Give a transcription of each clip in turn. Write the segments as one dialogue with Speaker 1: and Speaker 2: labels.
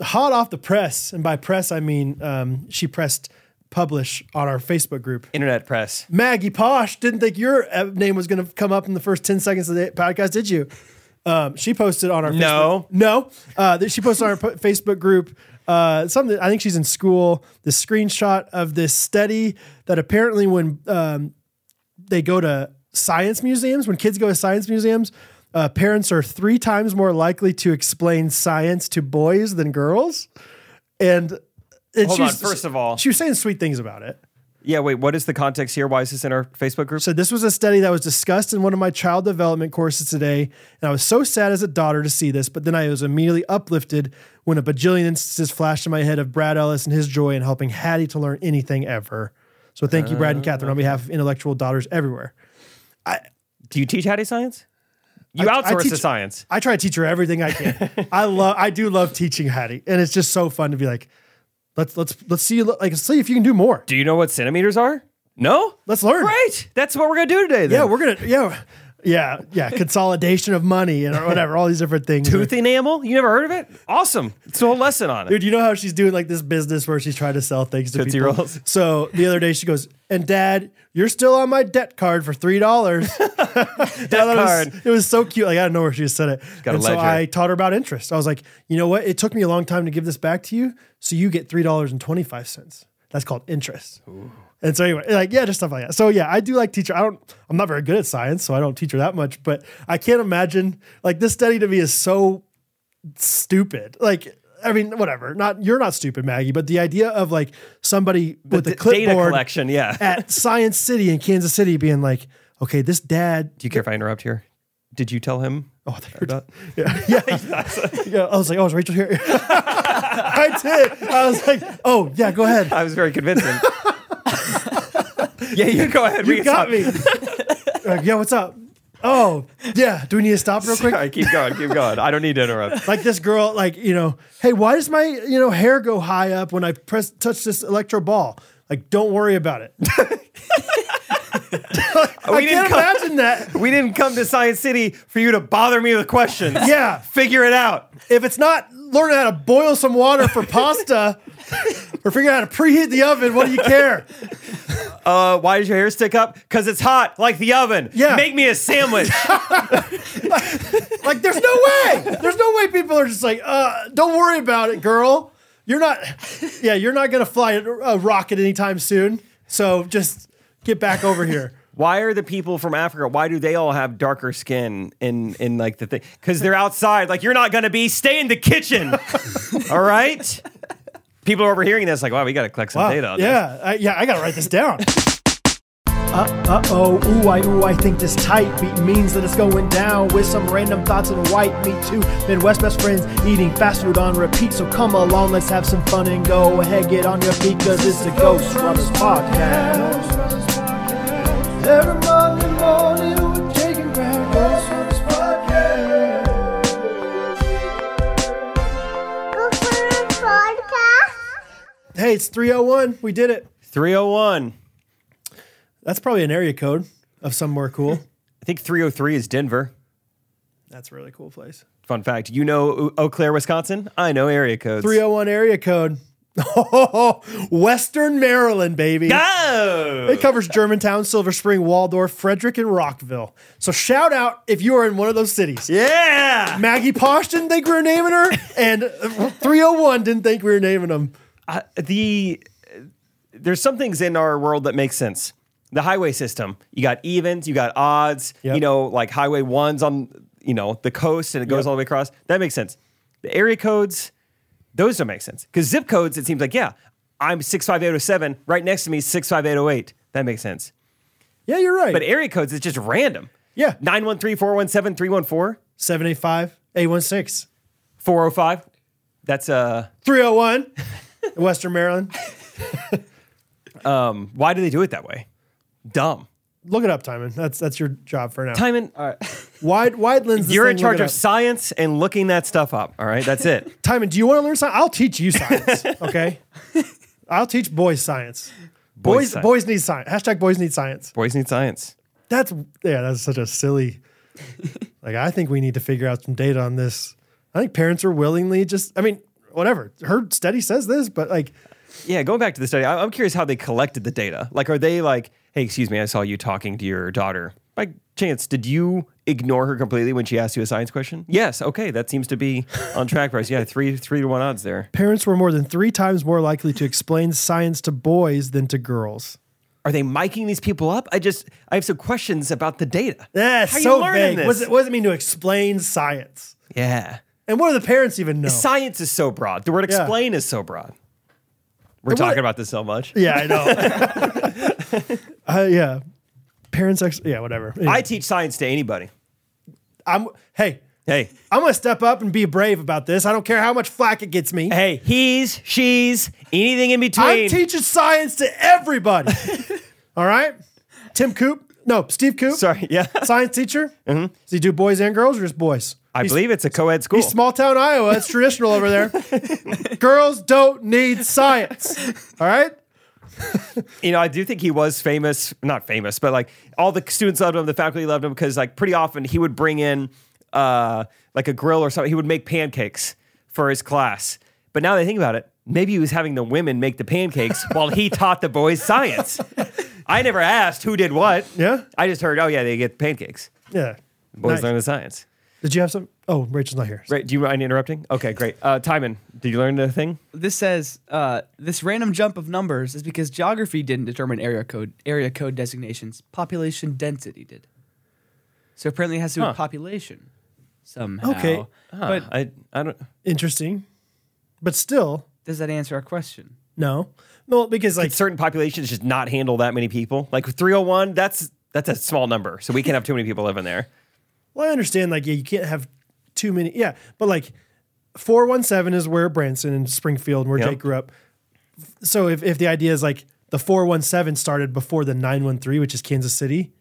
Speaker 1: hot off the press, and by press I mean um, she pressed publish on our Facebook group.
Speaker 2: Internet press.
Speaker 1: Maggie Posh didn't think your uh, name was going to come up in the first 10 seconds of the podcast, did you? Um, she posted on our
Speaker 2: No.
Speaker 1: Facebook, no uh, that she posted on our po- Facebook group uh, something I think she's in school the screenshot of this study that apparently when um, they go to science museums when kids go to science museums uh, parents are three times more likely to explain science to boys than girls and, and
Speaker 2: Hold
Speaker 1: she
Speaker 2: on,
Speaker 1: was-
Speaker 2: first of all-
Speaker 1: she was saying sweet things about it
Speaker 2: Yeah, wait, what is the context here? Why is this in our Facebook group?
Speaker 1: so this was a study that was discussed in one of my child development courses today, and I was so sad as a daughter to see this, but then I was immediately uplifted when a bajillion instances flashed in my head of Brad Ellis and his joy in helping Hattie to learn anything ever. So thank you, Brad and Catherine, on behalf of intellectual daughters everywhere.
Speaker 2: Do you teach Hattie science? You
Speaker 1: I
Speaker 2: outsource
Speaker 1: teach-
Speaker 2: the science.
Speaker 1: I try to teach her everything I can. I love, I do love teaching Hattie, and it's just so fun to be like, let's let's let's see like see if you can do more.
Speaker 2: Do you know what centimeters are? No?
Speaker 1: Let's learn.
Speaker 2: Great. That's what we're going to do today then.
Speaker 1: Yeah, we're gonna yeah. Yeah, yeah, consolidation of money and whatever, all these different things.
Speaker 2: Tooth enamel? You never heard of it? Awesome. It's a whole lesson on it.
Speaker 1: Dude, you know how she's doing like this business where she's trying to sell things to
Speaker 2: Tootsie
Speaker 1: people.
Speaker 2: Rolls.
Speaker 1: So the other day she goes, and Dad, you're still on my debt card for three dollars.
Speaker 2: Death
Speaker 1: It
Speaker 2: card.
Speaker 1: was, so cute. Like I don't know where she just said it.
Speaker 2: Got a
Speaker 1: and so
Speaker 2: ledger.
Speaker 1: I taught her about interest. I was like, you know what? It took me a long time to give this back to you, so you get three dollars and twenty five cents. That's called interest. And so anyway, like yeah, just stuff like that. So yeah, I do like teacher. I don't. I'm not very good at science, so I don't teach her that much. But I can't imagine like this study to me is so stupid. Like. I mean, whatever. Not you're not stupid, Maggie, but the idea of like somebody with
Speaker 2: D-
Speaker 1: a clipboard
Speaker 2: data collection, yeah.
Speaker 1: at Science City in Kansas City being like, okay, this dad
Speaker 2: do you care if I interrupt here? Did you tell him?
Speaker 1: Oh, I thought you were- yeah, yeah. yeah. I was like, oh, is Rachel here? I did. I was like, oh yeah, go ahead.
Speaker 2: I was very convincing. yeah, you go ahead.
Speaker 1: You got me. Like, yeah, what's up? Oh yeah, do we need to stop real quick?
Speaker 2: Sorry, keep going, keep going. I don't need to interrupt.
Speaker 1: Like this girl, like you know, hey, why does my you know hair go high up when I press touch this electro ball? Like, don't worry about it. I
Speaker 2: didn't
Speaker 1: can't
Speaker 2: come-
Speaker 1: imagine that.
Speaker 2: We didn't come to Science City for you to bother me with questions.
Speaker 1: Yeah.
Speaker 2: Figure it out.
Speaker 1: If it's not learning how to boil some water for pasta or figuring out how to preheat the oven, what do you care?
Speaker 2: Uh, why does your hair stick up? Because it's hot, like the oven.
Speaker 1: Yeah.
Speaker 2: Make me a sandwich.
Speaker 1: Like, there's no way. There's no way people are just like, uh, don't worry about it, girl. You're not, yeah, you're not going to fly a a rocket anytime soon. So just get back over here.
Speaker 2: why are the people from Africa? Why do they all have darker skin in in like the thing? Because they're outside. Like you're not gonna be. Stay in the kitchen. all right. People are overhearing this. Like, wow, we gotta collect some
Speaker 1: Wow.
Speaker 2: data. On this.
Speaker 1: yeah, I, yeah, I got to write this down. Uh oh, ooh, I, ooh, I think this tight beat means that it's going down with some random thoughts and white meat too. Midwest best friends eating fast food on repeat, so come along, let's have some fun and go ahead, get on your feet, cause it's the Ghost Runners Podcast. Every Monday morning, we're taking back Ghost Runners Podcast. Hey, it's 301, we did it.
Speaker 2: 301.
Speaker 1: That's probably an area code of somewhere cool.
Speaker 2: I think 303 is Denver.
Speaker 1: That's a really cool place.
Speaker 2: Fun fact. You know O- Eau Claire, Wisconsin? I know area codes.
Speaker 1: 301 area code. Western Maryland, baby.
Speaker 2: Oh.
Speaker 1: It covers Germantown, Silver Spring, Waldorf, Frederick, and Rockville. So shout out if you are in one of those cities.
Speaker 2: Yeah.
Speaker 1: Maggie Posh didn't think we were naming her, and 301 didn't think we were naming them.
Speaker 2: I- the there's some things in our world that make sense. The highway system, you got evens, you got odds,
Speaker 1: Yep.
Speaker 2: you know, like highway ones on, you know, the coast and it goes all the way across. That makes sense. The area codes, those don't make sense. Because zip codes, it seems like, yeah, I'm 65807, right next to me is 65808. That makes sense.
Speaker 1: Yeah, you're right.
Speaker 2: But area codes, it's just random.
Speaker 1: Yeah.
Speaker 2: 913 417 314
Speaker 1: 785 816
Speaker 2: 405. That's uh
Speaker 1: 301 Western Maryland.
Speaker 2: why do they do it that way? Dumb.
Speaker 1: Look it up, Timon. That's that's your job for now.
Speaker 2: Timon,
Speaker 1: Wide wide lens. this
Speaker 2: You're in
Speaker 1: thing, look
Speaker 2: charge
Speaker 1: it
Speaker 2: of
Speaker 1: up.
Speaker 2: science and looking that stuff up. All right, that's it.
Speaker 1: Timon, do you want to learn science? I'll teach you science. Okay. I'll teach boys science. Boys, boys,
Speaker 2: science.
Speaker 1: need science. Hashtag boys need science.
Speaker 2: Boys need science.
Speaker 1: That's yeah. That's such a silly. like I think we need to figure out some data on this. I think parents are willingly just. I mean, whatever. Her study says this, but like,
Speaker 2: Yeah, going back to the study, I- I'm curious how they collected the data. Like, are they like, hey, excuse me, I saw you talking to your daughter. By chance, did you ignore her completely when she asked you a science question? Yes. Okay, that seems to be on track for us. Yeah, three three to one odds there.
Speaker 1: parents were more than three times more likely to explain science to boys than to girls.
Speaker 2: Are they miking these people up? I just I have some questions about the data.
Speaker 1: Yeah,
Speaker 2: How are
Speaker 1: so
Speaker 2: you learning
Speaker 1: vague.
Speaker 2: this?
Speaker 1: What does, it, what does it mean to explain science?
Speaker 2: yeah.
Speaker 1: And what do the parents even know?
Speaker 2: Science is so broad. The word
Speaker 1: Yeah.
Speaker 2: explain is so broad. We're
Speaker 1: what-
Speaker 2: talking about this so much.
Speaker 1: yeah, I know. uh, yeah, parents. Ex- yeah, whatever. Anyway,
Speaker 2: I teach science to anybody.
Speaker 1: I'm. Hey,
Speaker 2: Hey,
Speaker 1: I'm gonna step up and be brave about this. I don't care how much flack it gets me.
Speaker 2: hey, he's, she's, anything in between.
Speaker 1: I'm teaching science to everybody. All right, Tim Coop. No, Steve Coop.
Speaker 2: Sorry, yeah.
Speaker 1: science teacher. Mm-hmm. Does he do boys and girls or just boys?
Speaker 2: I
Speaker 1: He's-
Speaker 2: believe it's a co-ed school.
Speaker 1: He's small town Iowa. It's traditional over there. Girls don't need science. All right.
Speaker 2: you know, I do think he was famous, not famous, but like all the students loved him, the faculty loved him because like pretty often he would bring in uh, like a grill or something. He would make pancakes for his class. But now that I think about it, maybe he was having the women make the pancakes while he taught the boys science. I never asked who did what.
Speaker 1: Yeah?
Speaker 2: I just heard, oh yeah, they get pancakes.
Speaker 1: Yeah.
Speaker 2: Boys
Speaker 1: Nice.
Speaker 2: learn the science.
Speaker 1: Did you have some? Oh, Rachel's not here.
Speaker 2: Right? Do you mind interrupting? Okay, great. Uh, Timon, did you learn the thing?
Speaker 3: This says uh, this random jump of numbers is because geography didn't determine area code area code designations. Population density did. So apparently it has to do
Speaker 2: Huh.
Speaker 3: with population somehow.
Speaker 1: Okay. Uh,
Speaker 3: But
Speaker 2: I, I don't.
Speaker 1: Interesting, but still
Speaker 3: does that answer our question?
Speaker 1: no. No, because like
Speaker 2: Could certain populations just not handle that many people. Like 301, that's that's a small number. So we can't have too many people living there.
Speaker 1: Well, I understand, like, yeah, you can't have too many. Yeah, but like, 417 is where Branson and Springfield, and where
Speaker 2: Yep.
Speaker 1: Jake grew up. F- So if, if the idea is like the 417 started before the 913, which is Kansas City,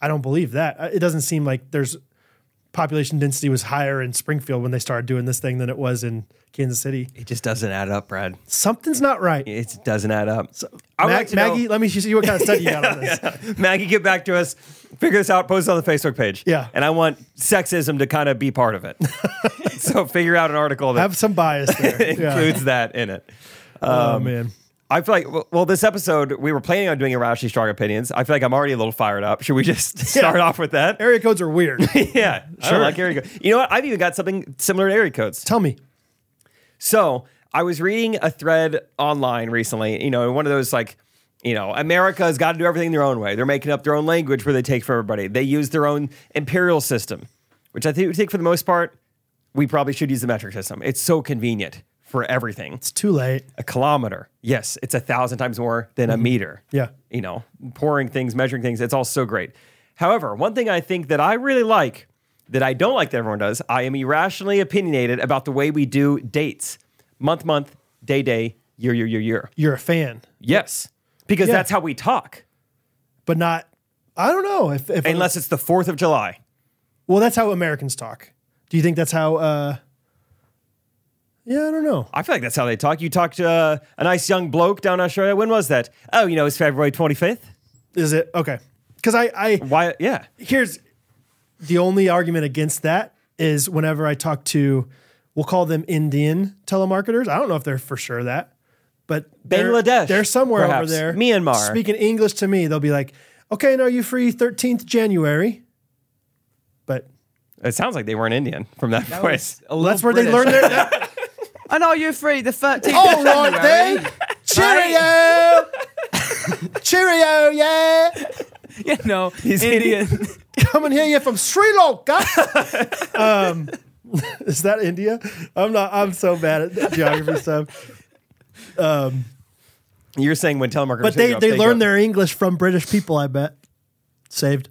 Speaker 1: I don't believe that. Uh, It doesn't seem like there's population density was higher in Springfield when they started doing this thing than it was in Kansas City.
Speaker 2: It just doesn't add up, Brad.
Speaker 1: Something's not right.
Speaker 2: It doesn't add up. I would
Speaker 1: Mag-
Speaker 2: like to
Speaker 1: Maggie,
Speaker 2: know-
Speaker 1: let me see what kind of study you got on this.
Speaker 2: Maggie, get back to us. Figure this out. Post it on the Facebook page.
Speaker 1: Yeah.
Speaker 2: And I want sexism to kind of be part of it. so figure out an article that
Speaker 1: Have some bias there. Yeah.
Speaker 2: includes um, that in it.
Speaker 1: Oh man.
Speaker 2: I feel like, well- well, this episode, we were planning on doing a Rashly Strong Opinions. I feel like I'm already a little fired up. Should we just start off with that?
Speaker 1: Area codes are weird.
Speaker 2: yeah. I don't like area codes. You know what? I've even got something similar to area codes.
Speaker 1: Tell me.
Speaker 2: So I was reading a thread online recently, you know, in one of those like, you know, America's got to do everything their own way. They're making up their own language where they take from everybody. They use their own imperial system, which I think, think for the most part, we probably should use the metric system. It's so convenient for everything.
Speaker 1: It's too late.
Speaker 2: A kilometer, yes, it's a thousand times more than a meter.
Speaker 1: Yeah.
Speaker 2: You know, pouring things, measuring things, it's all so great. However, one thing I think that I really like that I don't like that everyone does, I am irrationally opinionated about the way we do dates month, month, day, day, year, year, year, year.
Speaker 1: You're a fan.
Speaker 2: Yes, because
Speaker 1: Yeah.
Speaker 2: that's how we talk,
Speaker 1: but not. I don't know if, if
Speaker 2: unless it's the 4th of July.
Speaker 1: well, that's how Americans talk. Do you think that's how? uh Yeah, I don't know.
Speaker 2: I feel like that's how they talk. You talked to uh, a nice young bloke down in Australia. When was that? Oh, you know, it's February 25th.
Speaker 1: Is it okay? Because I, I
Speaker 2: Why? Yeah.
Speaker 1: here's the only argument against that is whenever I talk to, we'll call them Indian telemarketers. I don't know if they're for sure that, but they're-
Speaker 2: Bangladesh,
Speaker 1: They're somewhere over
Speaker 2: perhaps.
Speaker 1: there.
Speaker 2: Myanmar.
Speaker 1: speaking English to me, they'll be like, "Okay, no, you free thirteenth January," but.
Speaker 2: It sounds like they weren't Indian from that,
Speaker 3: That
Speaker 2: voice.
Speaker 3: was a
Speaker 1: Well, that's where
Speaker 3: little
Speaker 1: they learn
Speaker 3: British.
Speaker 1: their.
Speaker 3: I know you're free. The 13th.
Speaker 1: Oh Lord,
Speaker 3: January.
Speaker 1: they cheerio, cheerio, yeah.
Speaker 3: you know,
Speaker 2: He's
Speaker 3: Indian.
Speaker 1: Coming here, you from Sri Lanka. um, is that India? I'm not. I'm so bad at that geography stuff. Um,
Speaker 2: You're saying when telemarketers,
Speaker 1: but
Speaker 2: hit you
Speaker 1: they
Speaker 2: up,
Speaker 1: they
Speaker 2: go-
Speaker 1: learn their English from British people. I bet. Saved.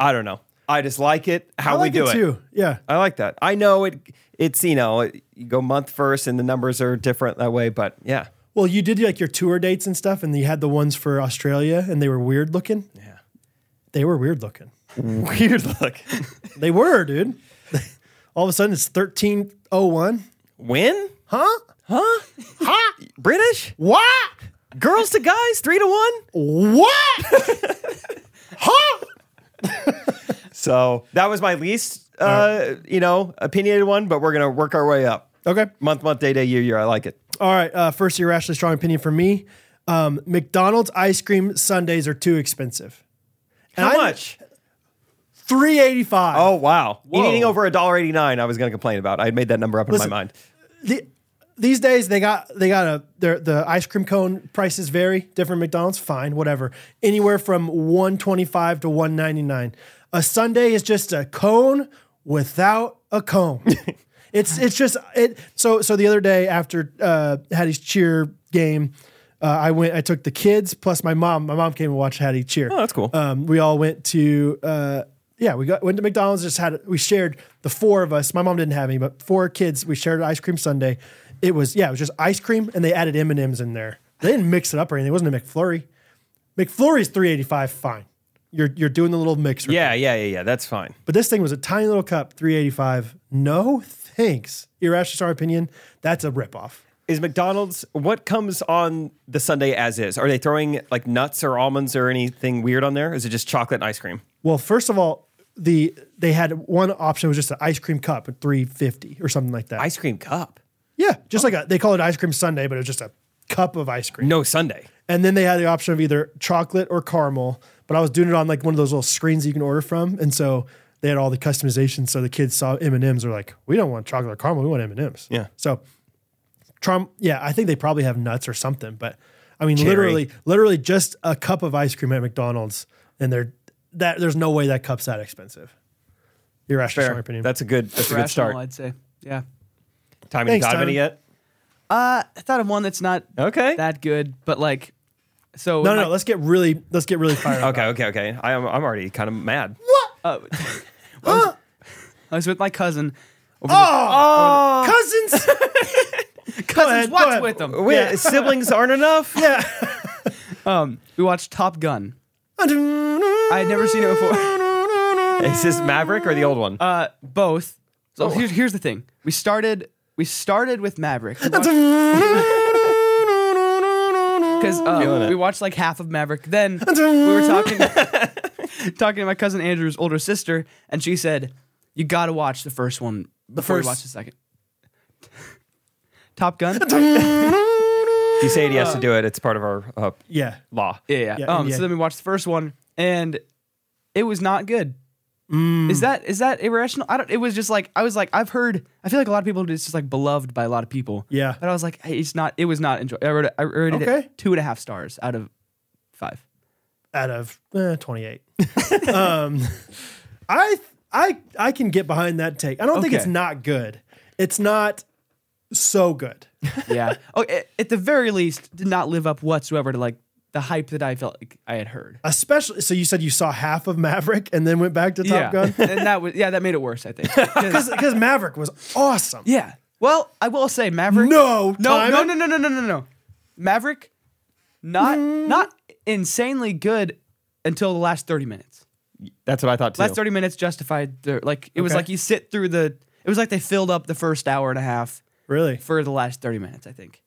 Speaker 2: I don't know. I just like it how
Speaker 1: I like
Speaker 2: we do
Speaker 1: it, Uh,
Speaker 2: it.
Speaker 1: too. Yeah.
Speaker 2: I like that. I know it. It's you know it, you go month first, and the numbers are different that way. But yeah,
Speaker 1: Well, you did like your tour dates and stuff, and you had the ones for Australia, and they were weird looking.
Speaker 2: yeah,
Speaker 1: They were weird looking.
Speaker 2: weird look.
Speaker 1: They were, dude. All of a sudden, it's thirteen oh one.
Speaker 2: Win?
Speaker 1: Huh?
Speaker 2: Huh? Huh? British
Speaker 1: What?
Speaker 2: girls to guys, three to one.
Speaker 1: What? huh?
Speaker 2: So that was my least, uh, you know, opinionated one. But we're gonna work our way up.
Speaker 1: Okay.
Speaker 2: Month, month, day, day, year, year. I like it.
Speaker 1: All right. Uh, first irrationally strong opinion for me. Um, McDonald's ice cream sundaes are too expensive. And
Speaker 2: How
Speaker 1: I-
Speaker 2: much?
Speaker 1: Three eighty five.
Speaker 2: Oh wow!
Speaker 3: Whoa.
Speaker 2: Anything over a dollar eighty nine, I was going to complain about. I had made that number up in
Speaker 1: Listen,
Speaker 2: my mind.
Speaker 1: the, these days they got they got a their the ice cream cone prices vary different McDonald's fine whatever anywhere from 125 to 199 a sundae is just a cone without a cone it's it's just it so so the other day after uh Hattie's cheer game uh, I went I took the kids plus my mom my mom came and watched Hattie cheer
Speaker 2: Oh, that's cool.
Speaker 1: um, we all went to uh, yeah we got went to mcdonald's just had we shared the four of us my mom didn't have any but four kids we shared ice cream sundae it was yeah it was just ice cream and they added m&ms in there they didn't mix it up or anything it wasn't a mcflurry mcflurry's 385 fine you're, you're doing the little mixer
Speaker 2: Yeah, yeah, yeah, yeah. That's fine.
Speaker 1: but this thing was a tiny little cup 385 no thanks irrational star opinion that's a ripoff
Speaker 2: Is McDonald's what comes on the Sunday as is? Are they throwing like nuts or almonds or anything weird on there? Is it just chocolate and ice cream?
Speaker 1: Well, first of all, the they had one option was just an ice cream cup at 350 or something like that.
Speaker 2: Ice cream cup?
Speaker 1: yeah, just like a they call it ice cream sundae, but it was just a cup of ice cream.
Speaker 2: Oh. No Sunday.
Speaker 1: And then they had the option of either chocolate or caramel, but I was doing it on like one of those little screens you can order from, and so they had all the customizations. So the kids saw M and M's, are like, we don't want chocolate or caramel, we want M and M's.
Speaker 2: Yeah.
Speaker 1: So, Trump, yeah, I think they probably have nuts or something, but I mean,
Speaker 2: Cherry.
Speaker 1: literally, literally just a cup of ice cream at McDonald's, and they're that there's no way that cup's that expensive. Irrational,
Speaker 2: Fair.
Speaker 1: strong opinion.
Speaker 2: That's a good. That's a good
Speaker 3: Rational,
Speaker 2: start.
Speaker 3: I'd say. Yeah.
Speaker 2: Tommy,
Speaker 1: Thanks,
Speaker 2: you got
Speaker 1: Tommy.
Speaker 2: any yet?
Speaker 3: Uh, I thought of one that's not
Speaker 2: Okay.
Speaker 3: that good, but like, so
Speaker 1: Oh. no,
Speaker 3: in
Speaker 1: no,
Speaker 3: my-
Speaker 1: no, let's get really, let's get really fired. up.
Speaker 2: Okay, okay, okay. I am, I'm already kind of mad.
Speaker 3: Uh, I, was, I was with my cousin. Over
Speaker 1: Oh, cousins.
Speaker 3: the, cousins,
Speaker 1: ahead, go
Speaker 3: what's
Speaker 1: ahead.
Speaker 3: with them?
Speaker 2: Wait, siblings aren't enough?
Speaker 1: yeah.
Speaker 3: Um, we watched Top Gun. I had never seen it before.
Speaker 2: Is this Maverick or the old one?
Speaker 3: Uh, both. So here's, here's the thing. We started. We started with Maverick. We watched- because uh,
Speaker 2: Feeling it.
Speaker 3: we watched like half of Maverick. Then we were talking talking to my cousin Andrew's older sister, and she said, "You got to watch the first one before you
Speaker 1: first-
Speaker 3: watch the second. Top Gun.
Speaker 2: If you say it, he has to do it. It's part of our uh,
Speaker 1: yeah.
Speaker 2: law.
Speaker 3: yeah, yeah.
Speaker 1: Yeah,
Speaker 3: um,
Speaker 1: NBA.
Speaker 3: so then we watched the first one, and it was not good.
Speaker 1: Mm.
Speaker 3: Is that is that irrational? I don't. It was just like I was like I've heard. I feel like a lot of people it's just like beloved by a lot of people.
Speaker 1: Yeah.
Speaker 3: But I was like, hey, it's not. It was not enjoyable. I rated, I rated
Speaker 1: Okay.
Speaker 3: it two and a half stars out of five.
Speaker 1: out of eh, 28. um, I I I can get behind that take. I don't think
Speaker 3: Okay.
Speaker 1: it's not good. It's not so good.
Speaker 3: yeah. Oh, a- at the very least, did not live up whatsoever to like the hype that I felt like I had heard.
Speaker 1: Especially so you said you saw half of Maverick and then went back to Top Gun
Speaker 3: and that was yeah, that made it worse. I think. 'Cause-
Speaker 1: because Maverick was awesome.
Speaker 3: yeah. Well, I will say Maverick.
Speaker 1: No,
Speaker 3: No.
Speaker 1: Timon.
Speaker 3: No. No. No. No. No. No. No. Maverick, not
Speaker 2: Mm.
Speaker 3: not insanely good until the last thirty minutes.
Speaker 2: That's what I thought too.
Speaker 3: Last thirty minutes justified the like. It was
Speaker 1: Okay.
Speaker 3: like you sit through the. It was like they filled up the first hour and a half
Speaker 1: Really?
Speaker 3: for the last thirty minutes. I think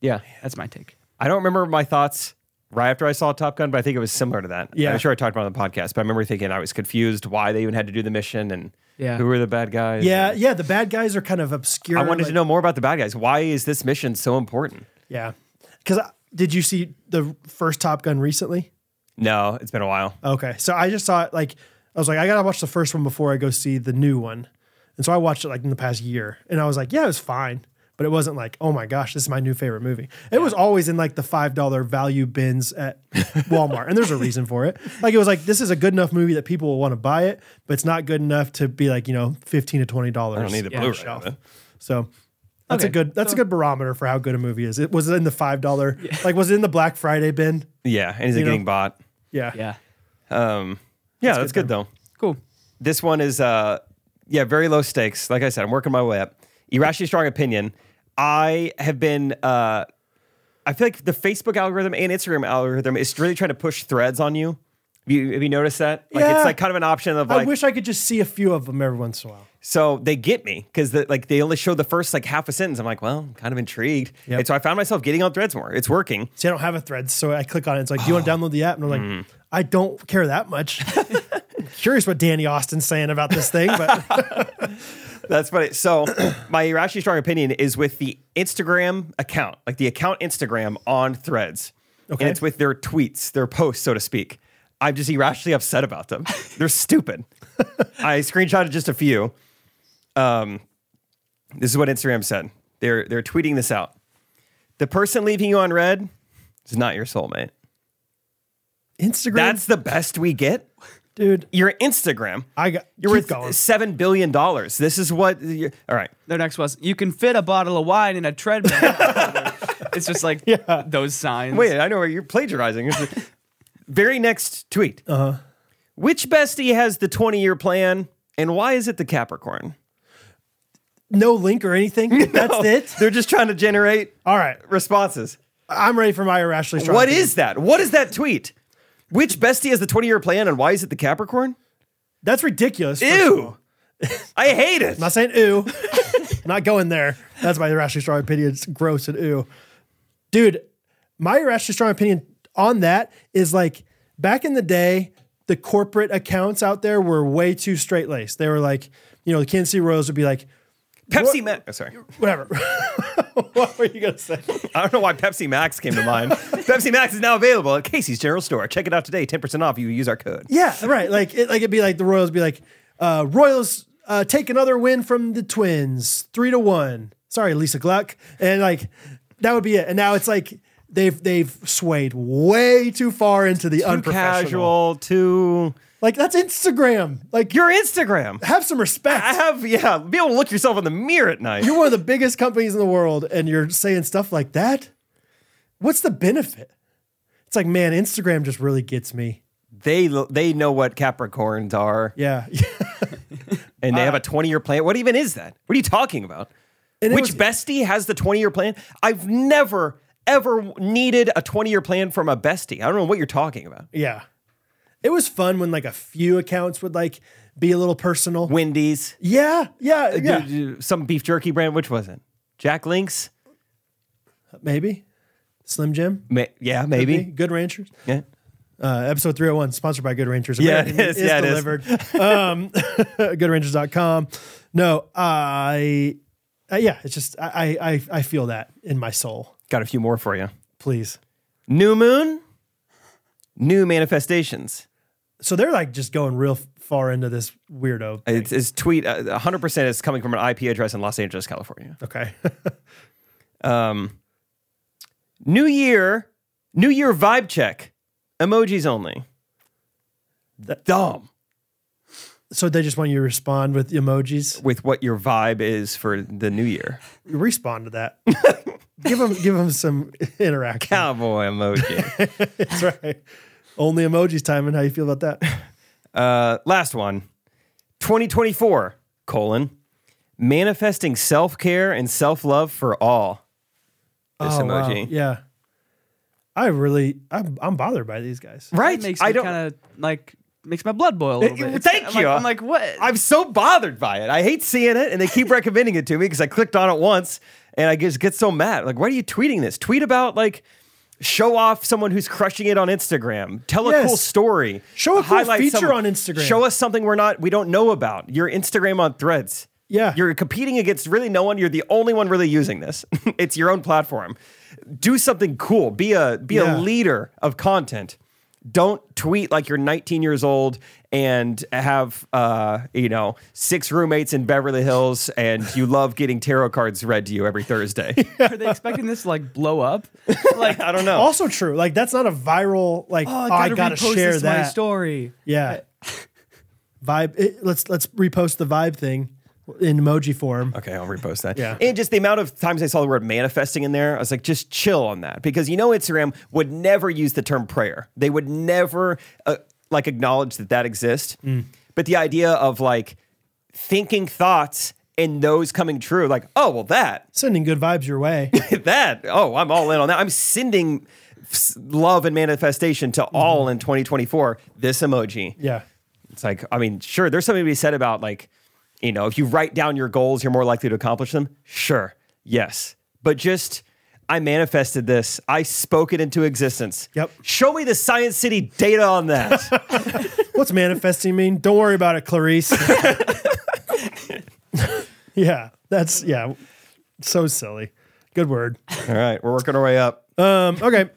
Speaker 2: yeah.
Speaker 3: that's my take.
Speaker 2: I don't remember my thoughts right after I saw Top Gun, but I think it was similar to that.
Speaker 1: Yeah.
Speaker 2: I'm sure I talked about it on the podcast, but I remember thinking I was confused why they even had to do the mission and
Speaker 3: Yeah.
Speaker 2: who were the bad guys.
Speaker 1: Yeah, yeah. The bad guys are kind of obscure.
Speaker 2: I wanted
Speaker 1: like-
Speaker 2: to know more about the bad guys. Why is this mission so important?
Speaker 1: Yeah, because did you see the first Top Gun recently?
Speaker 2: No, it's been a while.
Speaker 1: Okay. So I just saw it like I was like, I gotta watch the first one before I go see the new one. And so I watched it like in the past year and I was like, yeah, it was fine. But it wasn't like, oh my gosh, this is my new favorite movie. It was always in like the five dollar value bins at Walmart. and there's a reason for it. Like it was like this is a good enough movie that people will want to buy it, but it's not good enough to be like, you know, fifteen to twenty dollars.
Speaker 2: I don't need the
Speaker 3: Yeah,
Speaker 2: Blu-ray.
Speaker 1: shelf.
Speaker 2: of it.
Speaker 1: So that's a
Speaker 3: Okay,
Speaker 1: good that's a good barometer for how good a movie is. It was it in the five dollar like was it in the Black Friday bin?
Speaker 2: Yeah, and is it
Speaker 1: You know?
Speaker 2: getting bought?
Speaker 1: Yeah.
Speaker 3: Yeah.
Speaker 2: Um, yeah, that's, good, though.
Speaker 3: Cool.
Speaker 2: This one is, uh, yeah, very low stakes. Like I said, I'm working my way up. Irrationally strong opinion. I have been, uh, I feel like the Facebook algorithm and Instagram algorithm is really trying to push threads on you. Have you, have you noticed that? Like
Speaker 1: Yeah.
Speaker 2: it's like kind of an option of
Speaker 1: I
Speaker 2: like,
Speaker 1: wish I could just see a few of them every once in a while.
Speaker 2: so they get me because like they only show the first like half a sentence. I'm like, well, I'm kind of intrigued.
Speaker 1: Yep.
Speaker 2: And so I found myself getting on threads more. It's working.
Speaker 1: See, I don't have a thread, so I click on it. It's like, do you want to
Speaker 2: Oh.
Speaker 1: download the app? And I'm like,
Speaker 2: Mm.
Speaker 1: I don't care that much. I'm curious what Danny Austin's saying about this thing, but
Speaker 2: That's funny. So, my irrationally strong opinion is with the Instagram account, like the account Instagram on Threads.
Speaker 1: Okay.
Speaker 2: And it's with their tweets, their posts, so to speak. I'm just irrationally upset about them. They're stupid. I screenshotted just a few. Um, this is what Instagram said. They're they're tweeting this out. The person leaving you on red is not your soulmate.
Speaker 1: Instagram.
Speaker 2: That's the best we get.
Speaker 1: dude.
Speaker 2: Your Instagram.
Speaker 1: I got.
Speaker 2: You're
Speaker 1: keep
Speaker 2: worth
Speaker 1: going.
Speaker 2: seven billion dollars. This is what. you all right.
Speaker 3: Their next was, you can fit a bottle of wine in a treadmill. it's just like those signs.
Speaker 2: Wait, I know where you're plagiarizing. It's the- Very next tweet. Uh-huh. Which bestie has the 20 year plan, and why is it the Capricorn?
Speaker 1: No link or anything. That's it.
Speaker 2: They're just trying to generate
Speaker 1: All right,
Speaker 2: responses.
Speaker 1: I'm ready for my irrationally strong.
Speaker 2: What
Speaker 1: opinion.
Speaker 2: is that? What is that tweet? Which bestie has the 20 year plan, and why is it the Capricorn?
Speaker 1: That's ridiculous. first of all.
Speaker 2: Ew. I hate it.
Speaker 1: I'm not saying ew. I'm not going there. That's my irrationally strong opinion. It's gross and ew. Dude, my irrationally strong opinion on that is like back in the day, the corporate accounts out there were way too straight laced. They were like, you know, the Kansas City Royals would be like,
Speaker 2: Pepsi Max. sorry.
Speaker 1: whatever. what were you going to say?
Speaker 2: I don't know why Pepsi Max came to mind. Pepsi Max is now available at Casey's General Store. Check it out today. 10% off. You use our code.
Speaker 1: Yeah, right. Like it, like it'd be like the Royals be like, uh, Royals uh, take another win from the Twins, three to one. Sorry, Lisa Gluck, and like that would be it. And now it's like they've they've swayed way too far into the
Speaker 2: Too
Speaker 1: unprofessional.
Speaker 2: casual, too.
Speaker 1: Like that's Instagram. Like you
Speaker 2: Your Instagram.
Speaker 1: have some respect.
Speaker 2: I have, yeah, be able to look yourself in the mirror at night.
Speaker 1: you're one of the biggest companies in the world, and you're saying stuff like that. What's the benefit? It's like, man, Instagram just really gets me.
Speaker 2: They they know what Capricorns are,
Speaker 1: Yeah.
Speaker 2: and they have a twenty year plan. What even is that? What are you talking about?
Speaker 1: And it
Speaker 2: Which
Speaker 1: was-
Speaker 2: bestie has the twenty year plan? I've never ever needed a twenty year plan from a bestie. I don't know what you're talking about.
Speaker 1: Yeah. It was fun when like a few accounts would like be a little personal.
Speaker 2: Wendy's,
Speaker 1: yeah,
Speaker 2: Uh,
Speaker 1: yeah, yeah.
Speaker 2: d- d- some beef jerky brand. Which was it? Jack Links?
Speaker 1: Maybe. Slim Jim.
Speaker 2: Ma- yeah, maybe.
Speaker 1: Good Ranchers.
Speaker 2: Yeah.
Speaker 1: Uh, episode 301, sponsored by Good Ranchers.
Speaker 2: Yeah,
Speaker 1: American
Speaker 2: it
Speaker 1: meat
Speaker 2: is. Yeah, it is.
Speaker 1: delivered. um, GoodRanchers.com. No, I, uh, yeah, it's just, I, I, I feel that in my soul.
Speaker 2: Got a few more for you.
Speaker 1: Please.
Speaker 2: New moon, new manifestations.
Speaker 1: So they're like just going real far into this weirdo. thing.
Speaker 2: It's, it's tweet uh, 100% is coming from an IP address in Los Angeles, California.
Speaker 1: Okay.
Speaker 2: Um, new year, new year vibe check, emojis only. Dumb
Speaker 1: so they just want you to respond with emojis.
Speaker 2: with what your vibe is for the new year.
Speaker 1: respond to that. give them give them some interaction.
Speaker 2: Cowboy emoji.
Speaker 1: That's right. Only emojis time and how you feel about that.
Speaker 2: uh, last one, 2024 colon manifesting self care and self love for all. This
Speaker 1: Oh, wow.
Speaker 2: emoji,
Speaker 1: Yeah. I really I'm, I'm bothered by these guys.
Speaker 2: right?
Speaker 3: It makes
Speaker 2: I
Speaker 3: me
Speaker 2: don't.
Speaker 3: kind of like makes my blood boil a little bit. It's-
Speaker 2: Thank
Speaker 3: I'm
Speaker 2: you.
Speaker 3: Like, I'm like, what?
Speaker 2: I'm so bothered by it. I hate seeing it, and they keep recommending it to me because I clicked on it once, and I just get so mad. Like, why are you tweeting this? Tweet about like show off someone who's crushing it on Instagram. Tell a
Speaker 1: Yes.
Speaker 2: cool story.
Speaker 1: Show a cool
Speaker 2: Highlight
Speaker 1: feature
Speaker 2: someone.
Speaker 1: on Instagram.
Speaker 2: Show us something we're not we don't know about. Your Instagram on Threads.
Speaker 1: Yeah.
Speaker 2: you're competing against really no one. You're the only one really using this. it's your own platform. Do something cool. Be a be
Speaker 1: Yeah.
Speaker 2: a leader of content don't tweet like you're 19 years old and have uh, you know six roommates in Beverly Hills and you love getting tarot cards read to you every Thursday.
Speaker 3: Are they expecting this to like blow up? Like,
Speaker 2: I don't know.
Speaker 1: Also true. Like that's not a viral like
Speaker 3: oh,
Speaker 1: oh, I
Speaker 3: gotta
Speaker 1: gotta,
Speaker 3: repost
Speaker 1: share
Speaker 3: this to
Speaker 1: that.
Speaker 3: my story.
Speaker 1: Yeah. vibe it, let's let's repost the vibe thing in emoji form.
Speaker 2: Okay, I'll repost that.
Speaker 1: Yeah.
Speaker 2: And just the amount of times I saw the word manifesting in there, I was like, just chill on that because you know Instagram would never use the term prayer. They would never uh, like acknowledge that that exists. But the idea of like thinking thoughts and those coming true, like, oh well, that
Speaker 1: Sending good vibes your way.
Speaker 2: that. Oh, I'm all in on that. I'm sending s- love and manifestation to all in 2024. This emoji.
Speaker 1: yeah.
Speaker 2: It's like, I mean, sure, there's something to be said about like, you know, if you write down your goals, you're more likely to accomplish them. Sure. Yes. But just, I manifested this. I spoke it into existence.
Speaker 1: Yep.
Speaker 2: Show me the Science City data on that.
Speaker 1: What's manifesting mean? Don't worry about it, Clarice. Yeah, that's yeah, so silly. Good word.
Speaker 2: All right, we're working our way up.
Speaker 1: Um, okay,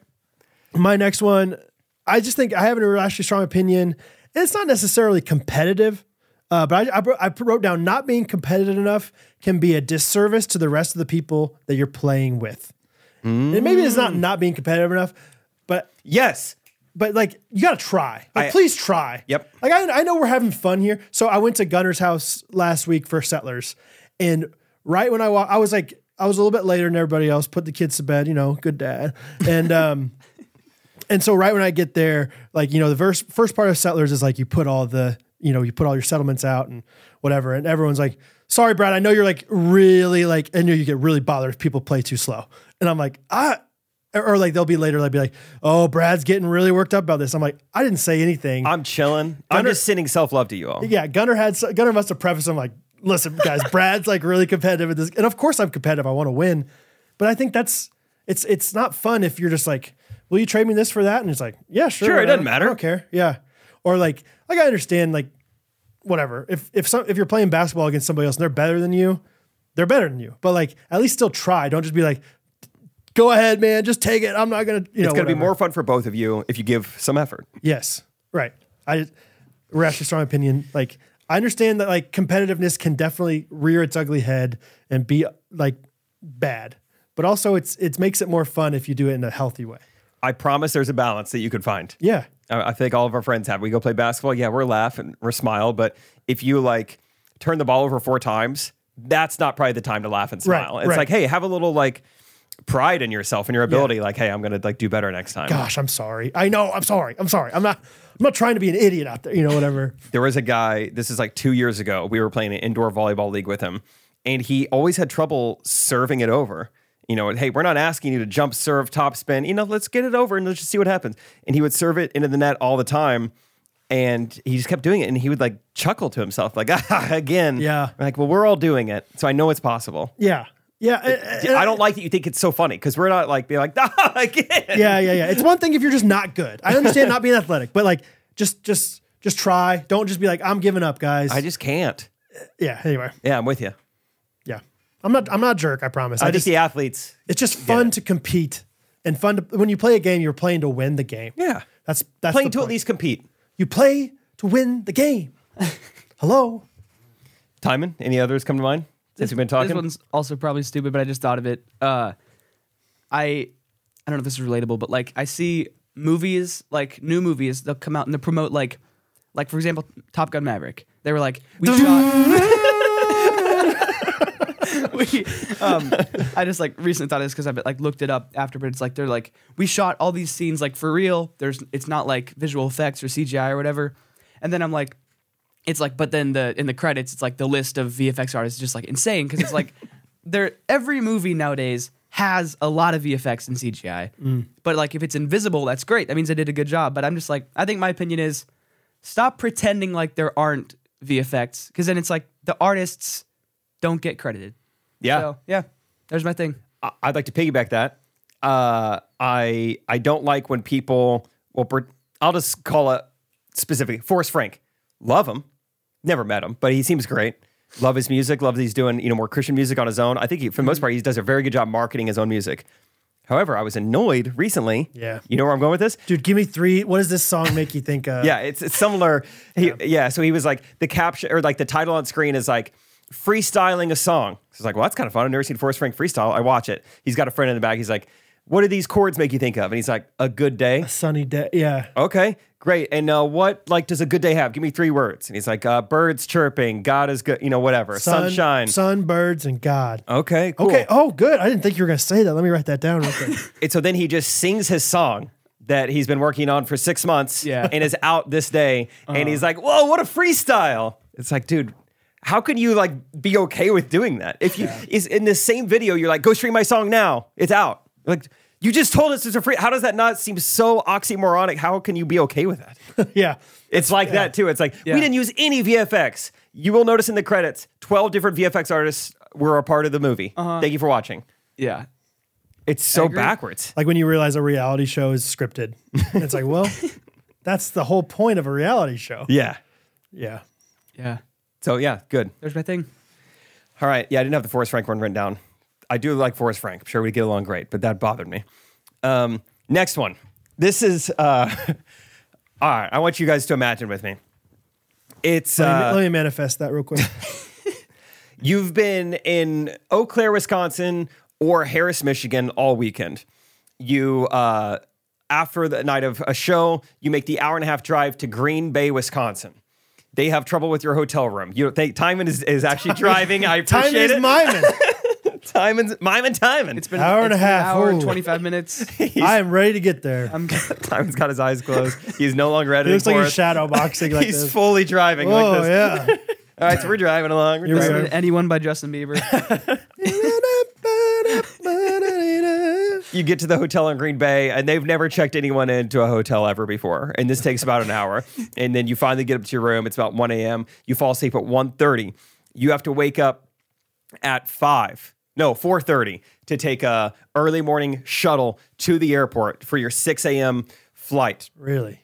Speaker 1: my next one. I just think I have an irrationally strong opinion, and it's not necessarily competitive. Uh, but I, I, bro- I wrote down not being competitive enough can be a disservice to the rest of the people that you're playing with. And maybe it's not not being competitive enough, but
Speaker 2: Yes.
Speaker 1: but like you gotta try. Like,
Speaker 2: I-
Speaker 1: please try.
Speaker 2: Yep.
Speaker 1: Like I, I know we're having fun here. So I went to Gunner's house last week for Settlers, and right when I wa- I was like I was a little bit later than everybody else. Put the kids to bed. You know, good dad. And um, and so right when I get there, like you know, the verse, first part of Settlers is like you put all the you know you put all your settlements out and whatever, and everyone's like, sorry, Brad, I know you're like really like I know you get really bothered if people play too slow, and I'm like I. Or or, like they'll be later, they'll be like, "Oh, Brad's getting really worked up about this." I'm like, "I didn't say anything."
Speaker 2: I'm chilling. I'm
Speaker 1: Gunner-
Speaker 2: just sending self love to you all.
Speaker 1: yeah, Gunner had so- Gunner must have prefaced. I'm like, listen, guys, Brad's like really competitive at this, and of course I'm competitive. I want to win, but I think that's it's it's not fun if you're just like, will you trade me this for that? And it's like, yeah, sure,
Speaker 2: Sure, it
Speaker 1: whatever.
Speaker 2: doesn't matter.
Speaker 1: I don't care. Yeah, or like like I understand like whatever. If if some if you're playing basketball against somebody else and they're better than you, they're better than you. But like at least still try. Don't just be like, go ahead, man, just take it. I'm not gonna. You know,
Speaker 2: It's going to be
Speaker 1: whatever.
Speaker 2: more fun for both of you if you give some effort.
Speaker 1: Yes, right. I rash strong opinion. Like I understand that like competitiveness can definitely rear its ugly head and be like bad, but also it's it makes it more fun if you do it in a healthy way.
Speaker 2: I promise there's a balance that you can find.
Speaker 1: Yeah,
Speaker 2: I I think all of our friends have. We go play basketball. Yeah, we're laugh and we're smile. But if you like turn the ball over four times, that's not probably the time to laugh and
Speaker 1: Right,
Speaker 2: smile. It's
Speaker 1: right.
Speaker 2: like, hey, have a little like pride in yourself and your ability. Like, hey, I'm gonna like do better next time.
Speaker 1: gosh, I'm sorry. I know. I'm sorry. I'm sorry. I'm not. I'm not trying to be an idiot out there. You know, whatever.
Speaker 2: There was a guy. This is like two years ago. We were playing an indoor volleyball league with him, and he always had trouble serving it over. You know, hey, we're not asking you to jump serve, top spin. You know, let's get it over and let's just see what happens. And he would serve it into the net all the time. And he just kept doing it, and he would like chuckle to himself, like ah, again.
Speaker 1: Yeah.
Speaker 2: Like, well, we're all doing it, so I know it's possible.
Speaker 1: Yeah, yeah. eh, and- and-
Speaker 2: I don't like that you think it's so funny because we're not like being like ah, again.
Speaker 1: yeah, yeah, yeah. It's one thing if you're just not good. I understand not being athletic, but like just just just try. Don't just be like I'm giving up, guys.
Speaker 2: I just can't.
Speaker 1: yeah. Anyway,
Speaker 2: Yeah, I'm with you.
Speaker 1: yeah. I'm not. I'm not a jerk. I promise.
Speaker 2: I,
Speaker 1: I
Speaker 2: think
Speaker 1: just
Speaker 2: the athletes.
Speaker 1: It's just fun to compete and fun to when you play a game, you're playing to win the game.
Speaker 2: Yeah.
Speaker 1: That's that's
Speaker 2: Playing
Speaker 1: the
Speaker 2: to at
Speaker 1: point.
Speaker 2: least compete.
Speaker 1: you play to win the game. Hello.
Speaker 2: Timon, any others come to mind since we've been
Speaker 3: This
Speaker 2: talking?
Speaker 3: one's also probably stupid, but I just thought of it. Uh, I I don't know if this is relatable, but like I see movies, like new movies, they'll come out and they'll promote like, like for example, Top Gun Maverick. They were like, we shot. we, um, I just like recently thought of this because I like looked it up after, but it's like they're like we shot all these scenes like for real. There's it's not like visual effects or CGI or whatever. And then I'm like, it's like but then the in the credits it's like the list of vfx artists is just like insane because it's like there every movie nowadays has a lot of vfx and cgi
Speaker 1: Mm.
Speaker 3: but like if it's invisible that's great that means they did a good job but i'm just like i think my opinion is stop pretending like there aren't vfx because then it's like the artists don't get credited
Speaker 2: Yeah.
Speaker 3: so yeah there's my thing
Speaker 2: I- I'd like to piggyback that. Uh, I I don't like when people well, per- I'll just call it specifically. Forrest Frank, love him. Never met him, but he seems great. Love his music. Love that he's doing you know more Christian music on his own. I think he, for the
Speaker 3: Mm-hmm.
Speaker 2: most part he does a very good job marketing his own music. However, I was annoyed recently.
Speaker 1: Yeah.
Speaker 2: You know where I'm going with this?
Speaker 1: Dude, give me three. What does this song make you think of?
Speaker 2: Yeah, it's, it's similar. He, yeah. so he was like the caption or like the title on screen is like freestyling a song. So it's like, well, that's kind of fun. I've never seen Forrest Frank freestyle. I watch it. He's got a friend in the back. He's like, what do these chords make you think of? And he's like, a good day.
Speaker 1: Sunny day. Yeah.
Speaker 2: Okay, great. And uh, what like does a good day have? Give me three words. And he's like, uh, birds chirping, God is good, you know, whatever,
Speaker 1: Sun-
Speaker 2: sunshine.
Speaker 1: Sunbirds and God.
Speaker 2: okay, cool.
Speaker 1: Okay. Oh, good. I didn't think you were gonna say that. Let me write that down real quick.
Speaker 2: And so then he just sings his song that he's been working on for six months
Speaker 3: Yeah. Uh-huh.
Speaker 2: and is out this day. And he's like, whoa, what a freestyle. It's like, dude, how can you like be okay with doing that? If you is in the same video, you're like, go stream my song now. It's out. Like you just told us it's a free. How does that not seem so oxymoronic? How can you be okay with that?
Speaker 1: yeah.
Speaker 2: It's like that too. It's like
Speaker 3: Yeah.
Speaker 2: we didn't use any VFX. You will notice in the credits, 12 different VFX artists were a part of the movie. Thank you for watching.
Speaker 3: yeah
Speaker 2: It's so
Speaker 3: Uh-huh. agree.
Speaker 2: backwards.
Speaker 1: Like when you realize a reality show is scripted. it's like, well, that's the whole point of a reality show.
Speaker 2: Yeah.
Speaker 1: Yeah.
Speaker 3: yeah
Speaker 2: So yeah, good.
Speaker 3: there's my thing
Speaker 2: All right. Yeah, I didn't have the Forrest Frank one written down. I do like Forrest Frank. I'm sure we'd get along great, but that bothered me. Um, next one. This is uh, all right. I want you guys to imagine with me. It's
Speaker 1: Let me-
Speaker 2: uh,
Speaker 1: let me manifest that real quick.
Speaker 2: You've been in Eau Claire, Wisconsin, or Harris, Michigan all weekend. You, uh, after the night of a show, you make the hour and a half drive to Green Bay, Wisconsin. They have trouble with your hotel room. You think Timon is, is actually driving. I
Speaker 1: Time is
Speaker 2: appreciate it.
Speaker 1: miming.
Speaker 2: Timon's Timon, Timon.
Speaker 3: It's been
Speaker 1: Hour and a
Speaker 3: it's been an
Speaker 1: half,
Speaker 3: hour and
Speaker 1: ooh.
Speaker 3: twenty five minutes.
Speaker 1: I am ready to get there.
Speaker 3: I'm
Speaker 2: Timon's got his eyes closed. He's no longer
Speaker 1: it
Speaker 2: editing.
Speaker 1: looks like
Speaker 2: for
Speaker 1: he's
Speaker 2: us.
Speaker 1: shadow boxing like
Speaker 2: He's
Speaker 1: this.
Speaker 2: fully driving like
Speaker 1: oh
Speaker 2: this.
Speaker 1: yeah.
Speaker 2: All right, so we're driving along. We're
Speaker 1: Here we
Speaker 2: driving.
Speaker 1: go.
Speaker 3: listening to anyone by Justin Bieber.
Speaker 2: you get to the hotel in Green Bay, and they've never checked anyone into a hotel ever before. And this takes about an hour. And then you finally get up to your room. It's about 1 a.m. You fall asleep at 1.30. You have to wake up at 5. No, 4.30 to take a early morning shuttle to the airport for your 6 a.m. flight
Speaker 1: Really?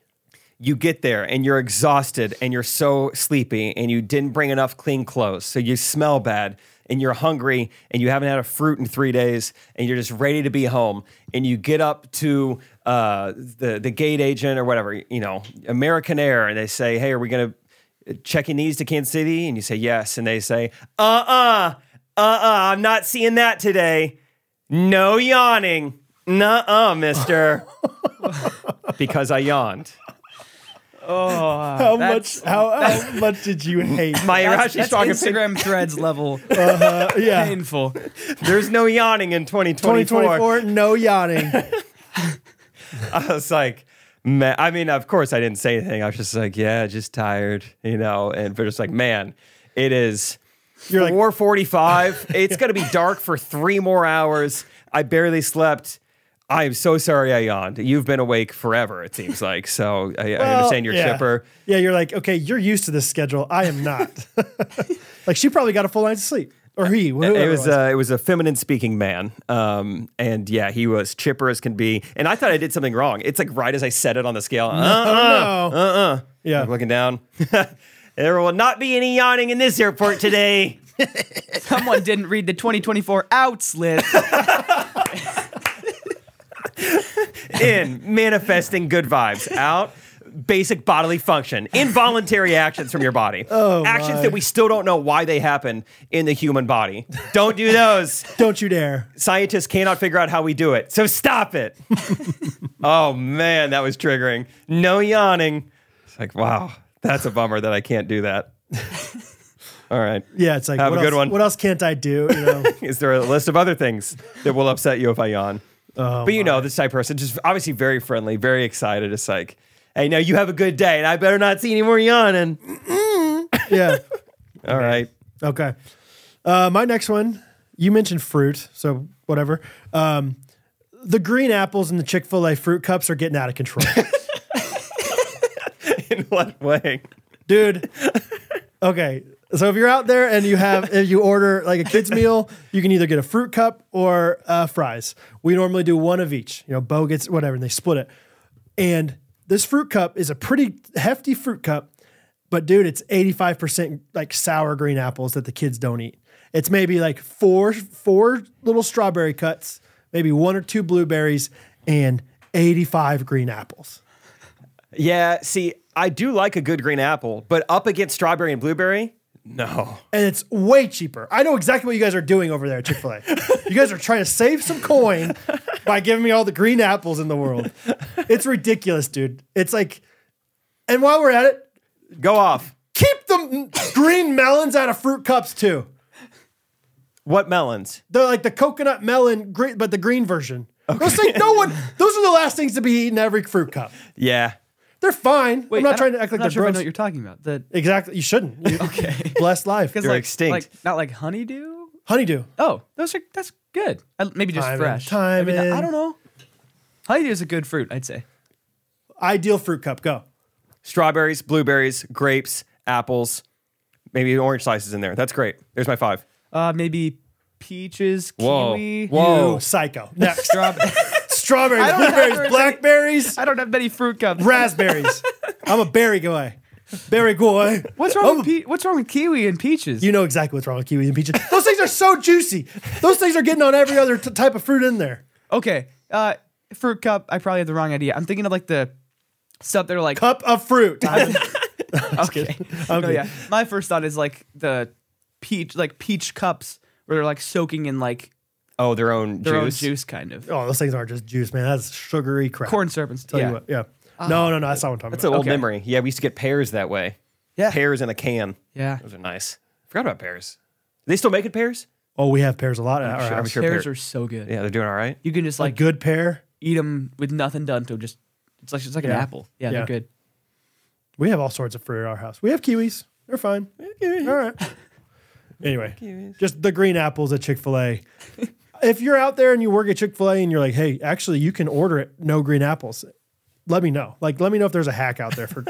Speaker 2: you get there and you're exhausted and you're so sleepy and you didn't bring enough clean clothes. So you smell bad and you're hungry and you haven't had a fruit in three days and you're just ready to be home. And you get up to uh, the, the gate agent or whatever, you know, American Air, and they say, Hey, are we going to check in these to Kansas City? And you say, Yes. And they say, Uh uh-uh, uh, I'm not seeing that today. No yawning. Nuh uh, mister. because I yawned.
Speaker 1: How much?
Speaker 3: that's-
Speaker 1: How, how much did you hate?
Speaker 2: My
Speaker 3: That's,
Speaker 2: Hirashi
Speaker 3: that's
Speaker 2: strong opinion.
Speaker 3: Instagram threads level
Speaker 1: Uh, yeah.
Speaker 3: painful.
Speaker 2: There's no yawning in 2024.
Speaker 1: 2024, no yawning.
Speaker 2: I was like, man. I mean, of course, I didn't say anything. I was just like, yeah, just tired, you know. And but it's like, man, it is
Speaker 1: You're like,
Speaker 2: 4:45. it's gonna be dark for three more hours. I barely slept. I am so sorry I yawned. You've been awake forever. It seems like so. I, I
Speaker 1: well,
Speaker 2: understand your
Speaker 1: Oh, yeah.
Speaker 2: chipper.
Speaker 1: Yeah, you're like, okay, you're used to this schedule. I am not. like she probably got a full night's sleep, or he. Whoever
Speaker 2: It was uh, a it was a feminine speaking man, um, and yeah, he was chipper as can be. And I thought I did something wrong. It's like right as I said it on the scale. uh,
Speaker 1: Uh uh. Yeah.
Speaker 2: I'm looking down. there will not be any yawning in this airport today.
Speaker 3: Someone didn't read the 2024 outs list.
Speaker 2: In manifesting good vibes. Out basic bodily function. Involuntary actions from your body.
Speaker 1: Oh,
Speaker 2: actions
Speaker 1: my.
Speaker 2: that we still don't know why they happen in the human body. Don't do those.
Speaker 1: Don't you dare.
Speaker 2: Scientists cannot figure out how we do it. So stop it. oh man, that was triggering. No yawning. It's like, wow, that's a bummer that I can't do that. All right.
Speaker 1: Yeah, it's like
Speaker 2: Have
Speaker 1: what
Speaker 2: a good
Speaker 1: else,
Speaker 2: one.
Speaker 1: What else can't I do? You know.
Speaker 2: Is there a list of other things that will upset you if I yawn?
Speaker 1: Oh,
Speaker 2: but you know, this type of person, just obviously very friendly, very excited. It's like, hey, now you have a good day, and I better not see any more yawning.
Speaker 1: yeah.
Speaker 2: All right.
Speaker 1: Okay. Uh, my next one. You mentioned fruit, so whatever. Um, the green apples in the Chick Fil A fruit cups are getting out of control.
Speaker 2: In what way?
Speaker 1: dude. Okay, so if you're out there and you have if you order like a kids meal, you can either get a fruit cup or uh, fries. We normally do one of each. You know, Bo gets whatever, and they split it. And this fruit cup is a pretty hefty fruit cup, but dude, it's 85 percent like sour green apples that the kids don't eat. It's maybe like four four little strawberry cuts, maybe one or two blueberries, and 85 green apples.
Speaker 2: Yeah, see, I do like a good green apple, but up against strawberry and blueberry, no.
Speaker 1: and it's way cheaper. I know exactly what you guys are doing over there at Chick Fil A. you guys are trying to save some coin by giving me all the green apples in the world. It's ridiculous, dude. It's like, and while we're at it,
Speaker 2: Go off.
Speaker 1: keep the green melons out of fruit cups too.
Speaker 2: What melons?
Speaker 1: They're like the coconut melon, green, but the green version. Those things, no one. Those are the last things to be eaten in every fruit cup.
Speaker 2: Yeah.
Speaker 1: They're fine.
Speaker 3: Wait,
Speaker 1: I'm not
Speaker 3: I don't-
Speaker 1: trying to act like
Speaker 3: I'm not
Speaker 1: they're
Speaker 3: sure if I know
Speaker 1: gross.
Speaker 3: what you're talking about. The
Speaker 1: Exactly. You shouldn't. You, okay. Blessed life.
Speaker 3: because
Speaker 2: They're
Speaker 3: like,
Speaker 2: extinct.
Speaker 3: like not like honeydew.
Speaker 1: Honeydew.
Speaker 3: Oh, those are that's good. I, maybe just
Speaker 1: Timing,
Speaker 3: fresh. I, mean, I- I
Speaker 1: timing.
Speaker 3: don't know. Honeydew is a good fruit, I'd say.
Speaker 1: Ideal fruit cup. Go.
Speaker 2: Strawberries, blueberries, grapes, apples, maybe orange slices in there. That's great. There's my five.
Speaker 3: Uh, maybe peaches,
Speaker 2: Whoa.
Speaker 3: kiwi.
Speaker 2: Whoa.
Speaker 1: You psycho. Next.
Speaker 3: Rob,
Speaker 1: strawberries,
Speaker 3: I don't have
Speaker 1: blueberries,
Speaker 3: very
Speaker 1: blackberries,
Speaker 3: I don't have many fruit cups.
Speaker 1: raspberries. I'm a berry guy. Berry Goy.
Speaker 3: What's wrong with pe- what's wrong with kiwi and peaches?
Speaker 1: Oh. You know exactly what's wrong with kiwis and peaches. Those things are so juicy. Those things are getting on every other t- type of fruit in there.
Speaker 3: okay, uh, fruit cup. I probably had the wrong idea. I'm thinking of like the stuff that are like
Speaker 1: Cup of fruit. I'm
Speaker 3: okay.
Speaker 1: I'm
Speaker 3: No,
Speaker 1: good.
Speaker 3: yeah. My first thought is like the peach, like peach cups where they're like soaking in like
Speaker 2: Oh, their own
Speaker 3: their
Speaker 2: juice.
Speaker 3: own juice, kind of
Speaker 1: Oh, those things aren't just juice, man. That's sugary crap.
Speaker 3: corn syrup and stuff.
Speaker 1: Tell
Speaker 3: Yeah.
Speaker 1: you what, yeah. no, no, no. That's not what I'm talking
Speaker 2: That's
Speaker 1: about.
Speaker 2: an old
Speaker 3: Okay.
Speaker 2: memory. Yeah, we used to get pears that way.
Speaker 3: Yeah.
Speaker 2: Pears in a can.
Speaker 3: yeah.
Speaker 2: Those are nice. Forgot about pears. Are they still making pears?
Speaker 1: oh, we have pears a lot. at our
Speaker 2: sure- I'm
Speaker 1: house.
Speaker 2: sure-
Speaker 3: Pears
Speaker 2: pear-
Speaker 3: are so good.
Speaker 2: Yeah, they're doing all right.
Speaker 3: You can just
Speaker 1: A
Speaker 3: like
Speaker 1: good pear.
Speaker 3: eat them with nothing done to 'em, just it's like it's like an
Speaker 1: Yeah.
Speaker 3: apple. Yeah,
Speaker 1: Yeah.
Speaker 3: they're good.
Speaker 1: We have all sorts of fruit at our house. We have kiwis. They're fine. All right. Anyway, just the green apples at Chick fil A. if you're out there and you work at Chick fil A and you're like, hey, actually, you can order it, no green apples, let me know. Like, let me know if there's a hack out there for.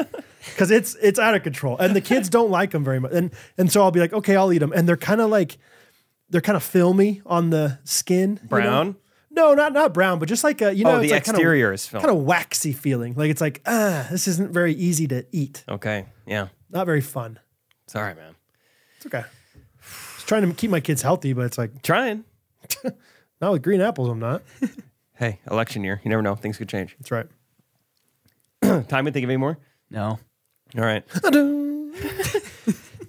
Speaker 1: Because it's it's out of control, and the kids don't like them very much, and and so I'll be like, okay, I'll eat them, and they're kind of like, they're kind of filmy on the skin, you know?
Speaker 2: Brown?
Speaker 1: No, not not brown, but just like a you know,
Speaker 2: Oh, the
Speaker 1: it's like
Speaker 2: exterior
Speaker 1: kinda,
Speaker 2: is filmed.
Speaker 1: kind of waxy feeling. Like it's like ah, this isn't very easy to eat.
Speaker 2: Okay. Yeah.
Speaker 1: Not very fun.
Speaker 2: It's all right, man.
Speaker 1: It's okay. Just trying to keep my kids healthy, but it's like
Speaker 2: Trying.
Speaker 1: not with green apples. I'm not.
Speaker 2: Hey, election year. You never know. Things could change.
Speaker 1: That's right.
Speaker 2: Time and think of any more?
Speaker 3: No.
Speaker 2: All right.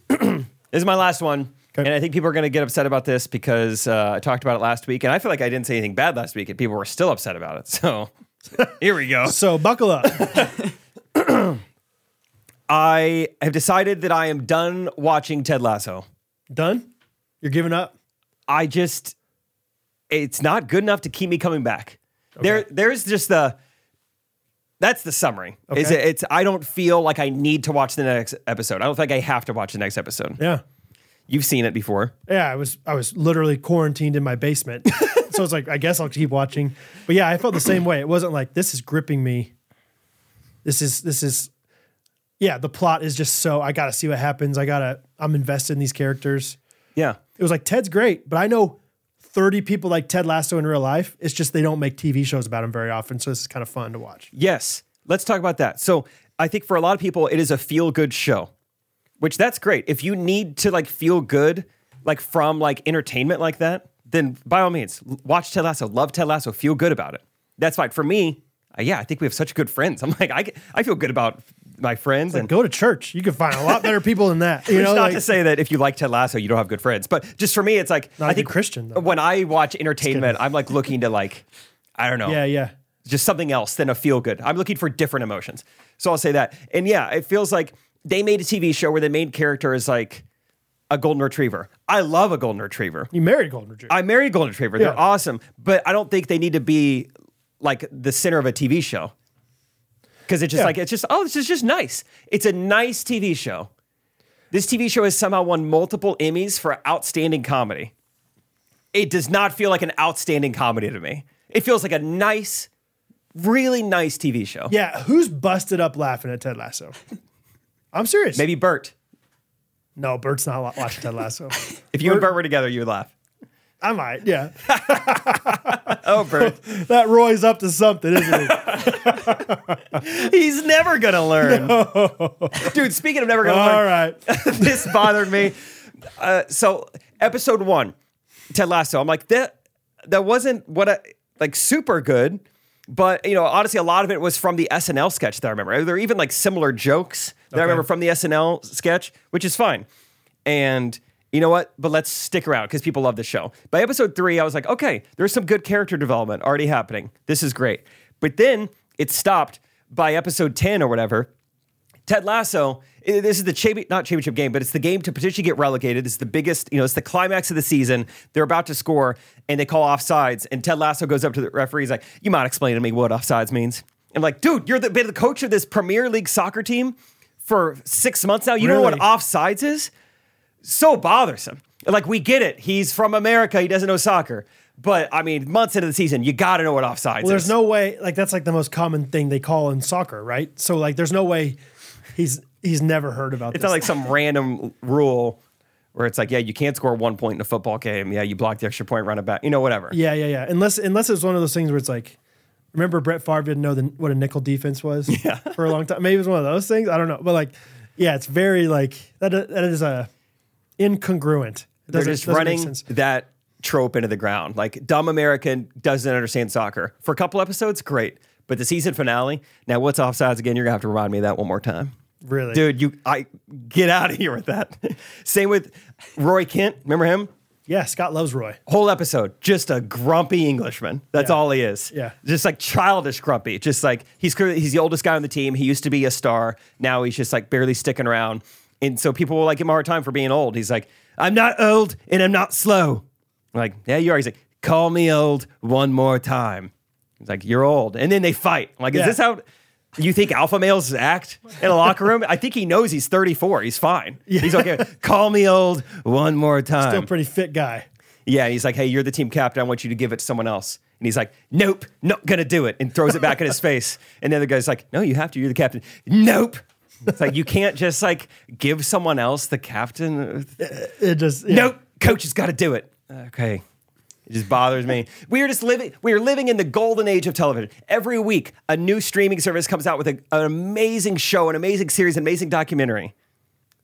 Speaker 2: This is my last one.
Speaker 1: Okay.
Speaker 2: And I think people are going to get upset about this because uh, I talked about it last week. And I feel like I didn't say anything bad last week, and people were still upset about it. So here we go.
Speaker 1: So buckle up.
Speaker 2: I have decided that I am done watching Ted Lasso.
Speaker 1: Done. You're giving up.
Speaker 2: I just it's not good enough to keep me coming back. There there's just the that's the summary. Is
Speaker 1: Okay.
Speaker 2: it, it's I don't feel like I need to watch the next episode. I don't think I have to watch the next episode.
Speaker 1: Yeah.
Speaker 2: You've seen it before.
Speaker 1: Yeah. I was I was literally quarantined in my basement, so it's like I guess I'll keep watching. But yeah, I felt the same way. It wasn't like this is gripping me. This is this is. Yeah, the plot is just so I gotta see what happens. I gotta I'm invested in these characters.
Speaker 2: Yeah.
Speaker 1: It was like Ted's great, but I know 30 people like Ted Lasso in real life. It's just they don't make TV shows about him very often, so this is kind of fun to watch.
Speaker 2: Yes. Let's talk about that. So, I think for a lot of people it is a feel good show. Which that's great. If you need to like feel good like from like entertainment like that, then by all means, l- watch Ted Lasso, love Ted Lasso, feel good about it. That's fine. For me, uh, yeah, I think we have such good friends. I'm like I get- I feel good about my friends and
Speaker 1: Go to church. You can find a lot better people than that. You
Speaker 2: it's
Speaker 1: know,
Speaker 2: not
Speaker 1: like,
Speaker 2: to say that if you like Ted Lasso, you don't have good friends. But just for me, it's like
Speaker 1: Not a
Speaker 2: I
Speaker 1: good
Speaker 2: think
Speaker 1: Christian, though.
Speaker 2: When I watch entertainment, I'm like looking to like I don't know,
Speaker 1: yeah, yeah.
Speaker 2: just something else than a feel good. I'm looking for different emotions. So I'll say that. And yeah, it feels like they made a TV show where the main character is like a golden retriever. I love a golden retriever.
Speaker 1: You married a golden retriever.
Speaker 2: I marry a golden retriever.
Speaker 1: Yeah.
Speaker 2: They're awesome, but I don't think they need to be like the center of a TV show. Because it's just
Speaker 1: Yeah.
Speaker 2: like it's just oh, this is just nice. It's a nice TV show. This TV show has somehow won multiple Emmys for outstanding comedy. It does not feel like an outstanding comedy to me. It feels like a nice, really nice TV show.
Speaker 1: Yeah, who's busted up laughing at Ted Lasso? I'm serious.
Speaker 2: Maybe Bert.
Speaker 1: No, Bert's not wa- watching Ted Lasso.
Speaker 2: If you and Bert were together, you would laugh.
Speaker 1: I might, yeah.
Speaker 2: Oh, Bert.
Speaker 1: That Roy's up to something, isn't he?
Speaker 2: He's never gonna learn. Dude, speaking of never gonna learn.
Speaker 1: All right.
Speaker 2: this bothered me. Uh, so episode one, Ted Lasso. I'm like that. That wasn't what I like super good, but you know, honestly, a lot of it was from the SNL sketch that I remember. There were even like similar jokes that I remember from the SNL sketch, which is fine. And you know what? But let's stick around because people love the show. By episode three, I was like, okay, there's some good character development already happening. This is great. But then it stopped by episode ten or whatever. Ted Lasso. i- This is the champi- not championship game, but it's the game to potentially get relegated. It's the biggest, you know, it's the climax of the season. They're about to score, and they call offsides. And Ted Lasso goes up to the referee. He's like, "You might explain to me what offsides means?" I'm like, "Dude, you're the, been the coach of this Premier League soccer team for six months now. You don't know
Speaker 1: Really?
Speaker 2: what offsides is? So bothersome. Like, we get it. He's from America. He doesn't know soccer." But I mean, months into the season, you got to know what offsides
Speaker 1: Well,
Speaker 2: is.
Speaker 1: there's no way like that's like the most common thing they call in soccer, right? So like there's no way he's he's never heard about
Speaker 2: It's
Speaker 1: this.
Speaker 2: not like some random rule where it's like, yeah, you can't score one point in a football game. Yeah, you blocked the extra point, run it back. You know, whatever.
Speaker 1: Yeah, yeah, yeah. Unless unless it's one of those things where it's like, remember Brett Favre didn't know the, what a nickel defense was for a long time. Maybe it was one of those things. I don't know, but like Yeah, it's very like that. That is a incongruent. It
Speaker 2: They're
Speaker 1: doesn't-
Speaker 2: just
Speaker 1: doesn't make
Speaker 2: running
Speaker 1: sense.
Speaker 2: that trope into the ground. Like dumb American doesn't understand soccer. For a couple episodes, great. But the season finale, now what's offsides again? You're gonna have to remind me of that one more time.
Speaker 1: Really?
Speaker 2: Dude, you I get out of here with that. Same with Roy Kent. Remember him?
Speaker 1: Yeah, Scott loves Roy.
Speaker 2: Whole episode, just a grumpy Englishman. That's
Speaker 1: Yeah.
Speaker 2: all he is.
Speaker 1: Yeah.
Speaker 2: Just like childish grumpy. Just like he's clearly he's the oldest guy on the team. He used to be a star. Now he's just like barely sticking around. And so people will like give him a hard time for being old. He's like, I'm not old and I'm not slow. I'm like, yeah, you are. He's like, call me old one more time. He's like, you're old. And then they fight. I'm like,
Speaker 1: Yeah.
Speaker 2: is this how you think alpha males act in a locker room? I think he knows he's 34. He's fine. He's okay. call me old one more time.
Speaker 1: Still a pretty fit guy.
Speaker 2: Yeah, and he's like, "Hey, you're the team captain. I want you to give it to someone else." And he's like, "Nope, not gonna do it," and throws it back in his face. And the other guy's like, "No, you have to. You're the captain." Nope. It's like you can't just like give someone else the captain. uh,
Speaker 1: It just yeah.
Speaker 2: Nope. Coach has got to do it. Okay. It just bothers me. We are just living. We are living in the golden age of television. Every week, a new streaming service comes out with a- an amazing show, an amazing series, an amazing documentary.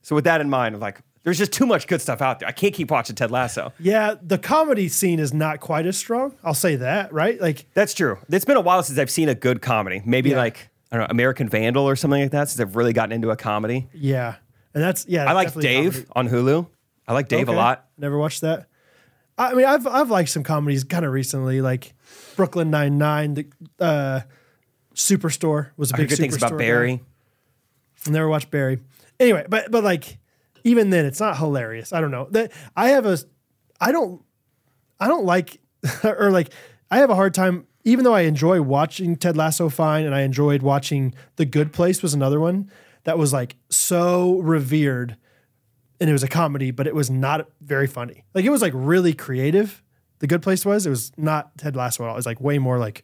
Speaker 2: So with that in mind, I'm like, there's just too much good stuff out there. I can't keep watching Ted Lasso.
Speaker 1: Yeah, the comedy scene is not quite as strong. I'll say that, right? Like
Speaker 2: That's true. It's been a while since I've seen a good comedy. Maybe
Speaker 1: Yeah.
Speaker 2: like I don't know, American Vandal or something like that. Since I've really gotten into a comedy.
Speaker 1: yeah. And that's yeah.
Speaker 2: I like
Speaker 1: definitely
Speaker 2: Dave
Speaker 1: comedy.
Speaker 2: on Hulu. I like Dave
Speaker 1: Okay.
Speaker 2: a lot.
Speaker 1: Never watched that. I mean, I've I've liked some comedies kind of recently, like Brooklyn Nine Nine. The uh, Superstore was a
Speaker 2: I heard
Speaker 1: big
Speaker 2: good things
Speaker 1: Superstore
Speaker 2: about
Speaker 1: guy.
Speaker 2: Barry.
Speaker 1: Never watched Barry. Anyway, but but like even then, it's not hilarious. I don't know that I have a I don't I don't like or like I have a hard time. Even though I enjoy watching Ted Lasso fine, and I enjoyed watching The Good Place was another one that was like so revered, and it was a comedy, but it was not very funny. Like it was like really creative. The Good Place was. It was not Ted Lasso at all. It was like way more like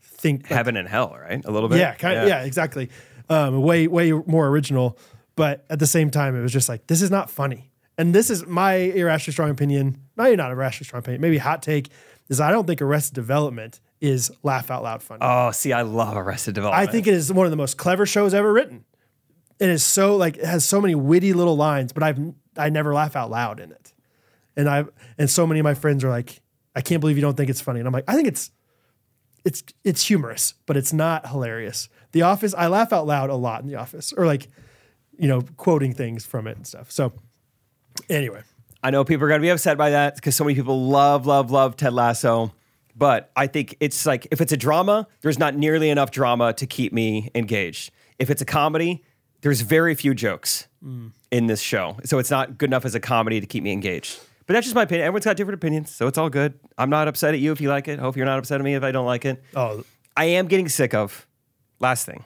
Speaker 1: think like,
Speaker 2: Heaven and Hell, right? A little bit.
Speaker 1: yeah, kind yeah, exactly. Um, way way more original, but at the same time, it was just like this is not funny. And this is my irrationally strong opinion. Maybe not irrationally strong opinion. Maybe hot take is I don't think Arrested Development is laugh out loud funny.
Speaker 2: Oh, see, I love Arrested
Speaker 1: I
Speaker 2: Development.
Speaker 1: think it is one of the most clever shows ever written. It is so like it has so many witty little lines, but I've I never laugh out loud in it. And I and so many of my friends are like, I can't believe you don't think it's funny. And I'm like, I think it's it's it's humorous, but it's not hilarious. The Office, I laugh out loud a lot in The Office, or like, you know, quoting things from it and stuff. So anyway,
Speaker 2: I know people are going to be upset by that because so many people love, love, love Ted Lasso. But I think it's like if it's a drama, there's not nearly enough drama to keep me engaged. If it's a comedy, there's very few jokes in this show. So it's not good enough as a comedy to keep me engaged. But that's just my opinion. Everyone's got different opinions, so it's all good. I'm not upset at you if you like it. Hope you're not upset at me if I don't like it.
Speaker 1: oh
Speaker 2: I am getting sick of last thing.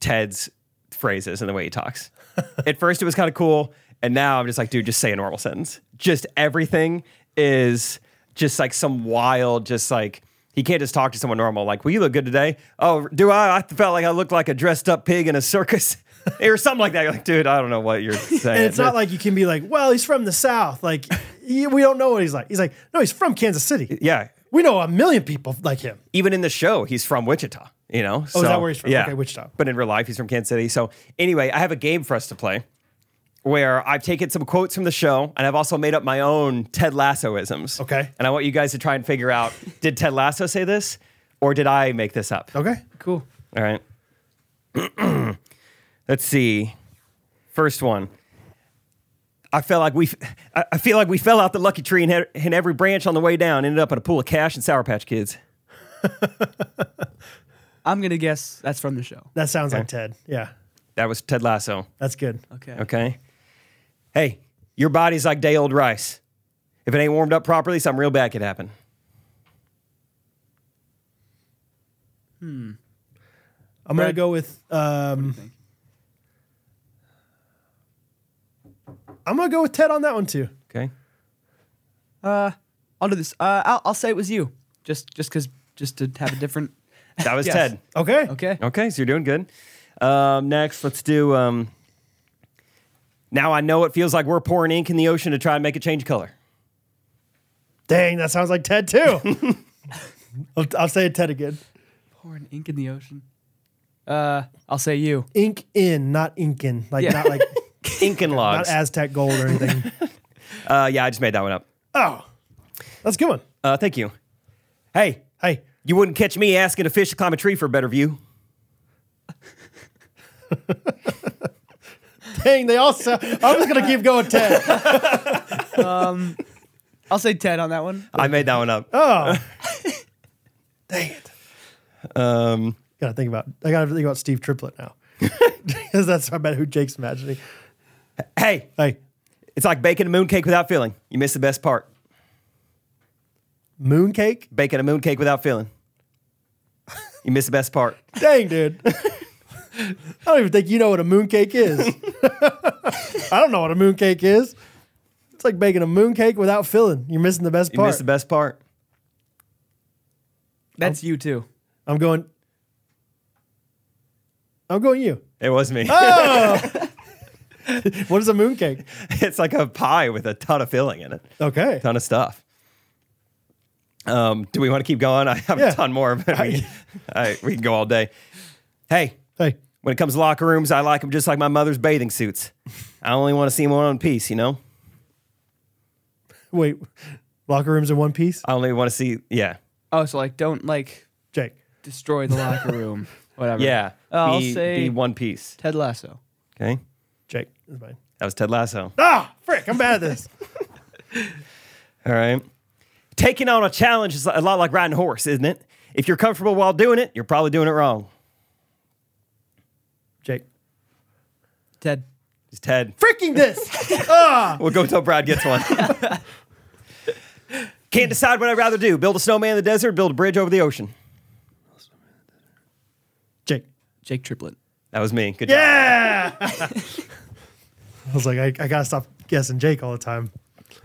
Speaker 2: Ted's phrases and the way he talks. At first it was kind of cool, and now I'm just like, dude, just say a normal sentence. Just everything is just like some wild, just like he can't just talk to someone normal. Like, well, you look good today. Oh, do I? I felt like I looked like a dressed up pig in a circus. or something like that. You're like, dude, I don't know what you're saying.
Speaker 1: And it's not like you can be like, well, he's from the South. Like, he- we don't know what he's like. He's like, no, he's from Kansas City.
Speaker 2: yeah.
Speaker 1: We know a million people like him.
Speaker 2: even in the show, he's from Wichita, you know? Oh, so,
Speaker 1: that where he's from? Okay, Wichita.
Speaker 2: But in real life, he's from Kansas City. So, anyway, I have a game for us to play where I've taken some quotes from the show and I've also made up my own Ted Lassoisms.
Speaker 1: Okay.
Speaker 2: And I want you guys to try and figure out did Ted Lasso say this or did I make this up?
Speaker 1: Okay.
Speaker 3: Cool.
Speaker 2: All right. Let's see. First one. I felt like we, I I feel like we fell out the lucky tree and had, and every branch on the way down. Ended up in a pool of cash and Sour Patch Kids.
Speaker 3: I'm gonna guess that's from the show.
Speaker 1: That sounds like Ted. Yeah.
Speaker 2: That was Ted Lasso.
Speaker 1: That's good.
Speaker 3: Okay.
Speaker 2: Okay. Hey, your body's like day old rice. If it ain't warmed up properly, something real bad could happen.
Speaker 1: I'm going to
Speaker 3: Brad-
Speaker 1: go with, um,
Speaker 3: think?
Speaker 1: I'm going to go with Ted on that one too.
Speaker 2: Okay.
Speaker 3: Uh, I'll do this. Uh, I'll, I'll say it was you. Just just because just to have a different.
Speaker 2: That was
Speaker 3: Yes.
Speaker 2: Ted.
Speaker 1: Okay.
Speaker 3: Okay.
Speaker 2: Okay, so you're doing good. Um, next, let's do. Um, now I know it feels like we're pouring ink in the ocean to try and make it change color.
Speaker 1: Dang, that sounds like Ted too. I'll, I'll say Ted again.
Speaker 3: Pouring ink in the ocean. Uh, I'll say you.
Speaker 1: Ink in, not Incan. Like
Speaker 3: Yeah.
Speaker 1: not like
Speaker 2: Incan
Speaker 1: not
Speaker 2: logs.
Speaker 1: Aztec gold or anything.
Speaker 2: uh, yeah, I just made that one up.
Speaker 1: oh, that's a good one.
Speaker 2: Uh, thank you. Hey,
Speaker 1: Hey,
Speaker 2: you wouldn't catch me asking a fish to climb a tree for a better view.
Speaker 1: dang, they all sound. I'm just gonna keep going. Ted.
Speaker 3: I'll say Ted on that one.
Speaker 2: I made that one up.
Speaker 1: Oh, dang it.
Speaker 2: Um,
Speaker 1: Gotta think about. I gotta think about Steve Triplett now, because that's I bet who Jake's imagining.
Speaker 2: hey,
Speaker 1: Hey,
Speaker 2: it's like baking a mooncake without filling. You missed the best part.
Speaker 1: mooncake.
Speaker 2: Baking a mooncake without filling. You missed the best part.
Speaker 1: Dang, dude. I don't even think you know what a mooncake is. I don't know what a mooncake is. It's like baking a mooncake without filling. You're missing the best
Speaker 2: You
Speaker 1: part.
Speaker 2: missed the best part.
Speaker 3: That's you too.
Speaker 1: I'm going. I'm going you.
Speaker 2: It was me.
Speaker 1: Ah! What is a mooncake?
Speaker 2: it's like a pie with a ton of filling in it.
Speaker 1: Okay.
Speaker 2: ton of stuff. Um, do we want to keep going? I have
Speaker 1: Yeah.
Speaker 2: a ton more, but we, I, we can go all day. Hey,
Speaker 1: Hey,
Speaker 2: when it comes to locker rooms, I like them just like my mother's bathing suits. I only want to see them in one piece, you know?
Speaker 1: wait. Locker rooms in one piece?
Speaker 2: I only want to see, yeah.
Speaker 3: Oh, so like don't like
Speaker 1: Jake.
Speaker 3: destroy the locker room. Whatever.
Speaker 2: Yeah.
Speaker 3: I'll
Speaker 2: be,
Speaker 3: say-
Speaker 2: be one piece.
Speaker 3: Ted Lasso.
Speaker 2: Okay.
Speaker 1: Jake. That's mine.
Speaker 2: That was Ted Lasso.
Speaker 1: Ah, frick. I'm bad at this.
Speaker 2: All right. Taking on a challenge is a lot like riding a horse, isn't it? If you're comfortable while doing it, you're probably doing it wrong.
Speaker 1: Jake.
Speaker 3: Ted.
Speaker 2: It's Ted.
Speaker 1: Fricking this.
Speaker 2: We'll go until Brad gets one. Can't decide what I'd rather do build a snowman in the desert, or build a bridge over the ocean.
Speaker 1: Jake.
Speaker 3: Jake Triplett.
Speaker 2: That was me. Good job.
Speaker 1: Yeah. I was like, I, I gotta stop guessing Jake all the time.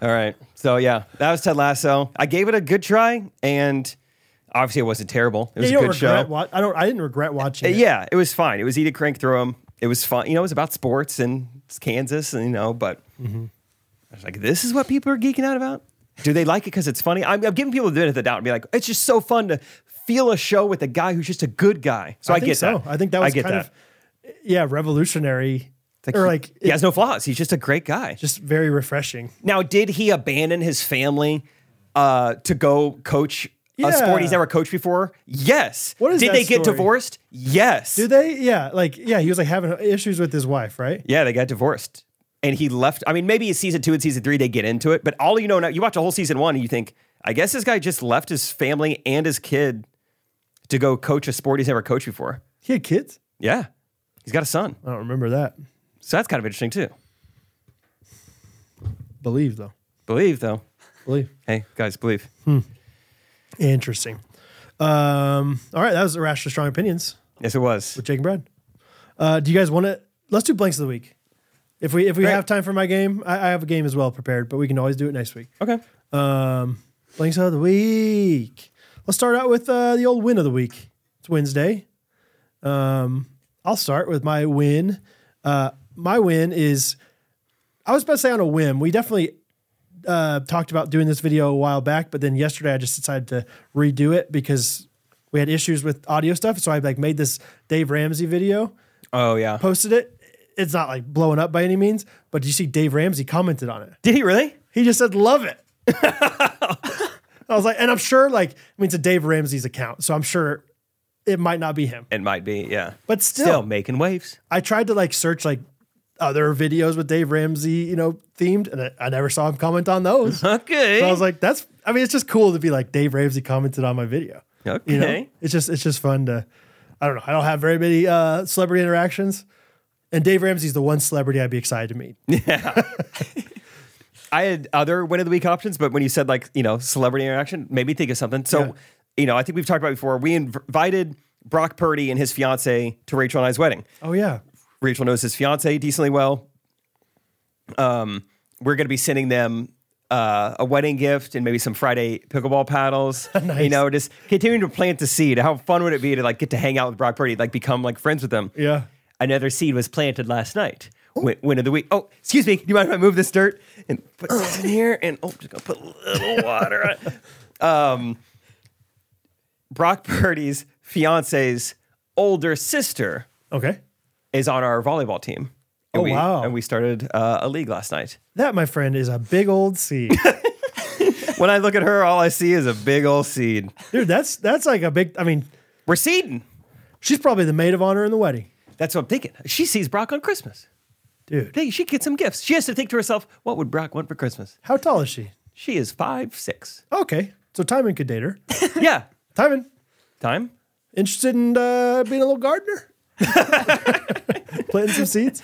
Speaker 2: All right. So, yeah, that was Ted Lasso. I gave it a good try, and obviously it wasn't terrible. It was
Speaker 1: you
Speaker 2: a
Speaker 1: don't
Speaker 2: good show.
Speaker 1: regret wa- I don't. I didn't regret watching.
Speaker 2: Uh,
Speaker 1: it.
Speaker 2: Yeah, it was fine. It was eat a crank through 'em. It was fun. You know, it was about sports and it's Kansas, and you know, but
Speaker 1: Mm-hmm.
Speaker 2: I was like, this is what people are geeking out about. Do they like it because it's funny? I'm, I'm giving people the benefit of the doubt and be like, it's just so fun to feel a show with a guy who's just a good guy. So I,
Speaker 1: think
Speaker 2: get
Speaker 1: so.
Speaker 2: that.
Speaker 1: I think that was
Speaker 2: I get
Speaker 1: kind
Speaker 2: that.
Speaker 1: of yeah, revolutionary
Speaker 2: It's
Speaker 1: or
Speaker 2: he-
Speaker 1: like
Speaker 2: he
Speaker 1: it-
Speaker 2: has no flaws. He's just a great guy.
Speaker 1: just very refreshing.
Speaker 2: Now, did he abandon his family uh, to go coach a sport he's
Speaker 1: Yeah.
Speaker 2: never coached before? Yes.
Speaker 1: What is
Speaker 2: did
Speaker 1: that
Speaker 2: they get
Speaker 1: story?
Speaker 2: divorced? Yes.
Speaker 1: Do they? Yeah, like yeah, he was like having issues with his wife, right?
Speaker 2: Yeah, they got divorced. And he left. I mean, maybe in season two and season three they get into it, but all you know now, you watch a whole season one and you think, I guess this guy just left his family and his kid to go coach a sport he's never coached before.
Speaker 1: He had kids.
Speaker 2: Yeah. He's got a son.
Speaker 1: I don't remember that.
Speaker 2: So that's kind of interesting too.
Speaker 1: Believe though.
Speaker 2: Believe though.
Speaker 1: Believe.
Speaker 2: Hey, guys, believe.
Speaker 1: Interesting. Um, all right, that was irrational strong opinions
Speaker 2: Yes, it was.
Speaker 1: with Jake and Brad. Uh, do you guys want to? Let's do blanks of the week. If we if we
Speaker 2: Great.
Speaker 1: have time for my game, I, I have a game as well prepared, but we can always do it next week.
Speaker 2: Okay.
Speaker 1: Um, blanks of the week. Let's start out with uh, the old win of the week. It's Wednesday. Um, I'll start with my win. Uh, my win is, I was about to say on a whim. We definitely uh, talked about doing this video a while back, but then yesterday I just decided to redo it because we had issues with audio stuff. So I like made this Dave Ramsey video
Speaker 2: Oh yeah.
Speaker 1: posted it. It's not like blowing up by any means, but you see Dave Ramsey commented on it.
Speaker 2: Did he really?
Speaker 1: He just said, love it. I was like, and I'm sure, like, I mean, it's a Dave Ramsey's account, so I'm sure it might not be him.
Speaker 2: It might be, yeah.
Speaker 1: But still,
Speaker 2: Still making waves.
Speaker 1: I tried to like search like other videos with Dave Ramsey, you know, themed, and I, I never saw him comment on those. so
Speaker 2: Okay.
Speaker 1: I was like, that's, I mean, it's just cool to be like, Dave Ramsey commented on my video.
Speaker 2: okay.
Speaker 1: You know, it's just, it's just fun to, I don't know, I don't have very many uh, celebrity interactions. And Dave Ramsey's the one celebrity I'd be excited to meet.
Speaker 2: I had other win of the week options, but when you said like you know celebrity interaction, made me think of something. So
Speaker 1: Yeah.
Speaker 2: you know, I think we've talked about it before. We inv- invited Brock Purdy and his fiance to Rachel and I's wedding.
Speaker 1: Oh, yeah.
Speaker 2: Rachel knows his fiance decently well. Um, we're going to be sending them uh, a wedding gift and maybe some Friday pickleball paddles. You
Speaker 1: Nice.
Speaker 2: know, just continuing to plant the seed. How fun would it be to like get to hang out with Brock Purdy, like become like friends with them?
Speaker 1: Yeah.
Speaker 2: another seed was planted last night. Win, win of the week. Oh, excuse me. Do you mind if I move this dirt and put this in here? And oh, just gonna put a little water on. it. Um, Brock Purdy's fiance's older sister
Speaker 1: Okay.
Speaker 2: is on our volleyball team. And
Speaker 1: Oh,
Speaker 2: we,
Speaker 1: wow.
Speaker 2: And we started uh, a league last night.
Speaker 1: That, my friend, is a big old seed.
Speaker 2: when I look at her, all I see is a big old seed.
Speaker 1: Dude, that's that's like a big I mean,
Speaker 2: We're seeding.
Speaker 1: she's probably the maid of honor in the wedding.
Speaker 2: That's what I'm thinking. She sees Brock on Christmas.
Speaker 1: Dude.
Speaker 2: They, she gets some gifts. She has to think to herself, what would Brock want for Christmas?
Speaker 1: How tall is she?
Speaker 2: She is five, six.
Speaker 1: Okay. So Timon could date her.
Speaker 2: Yeah.
Speaker 1: Timon,
Speaker 2: Time?
Speaker 1: interested in uh, being a little gardener? Planting some seeds.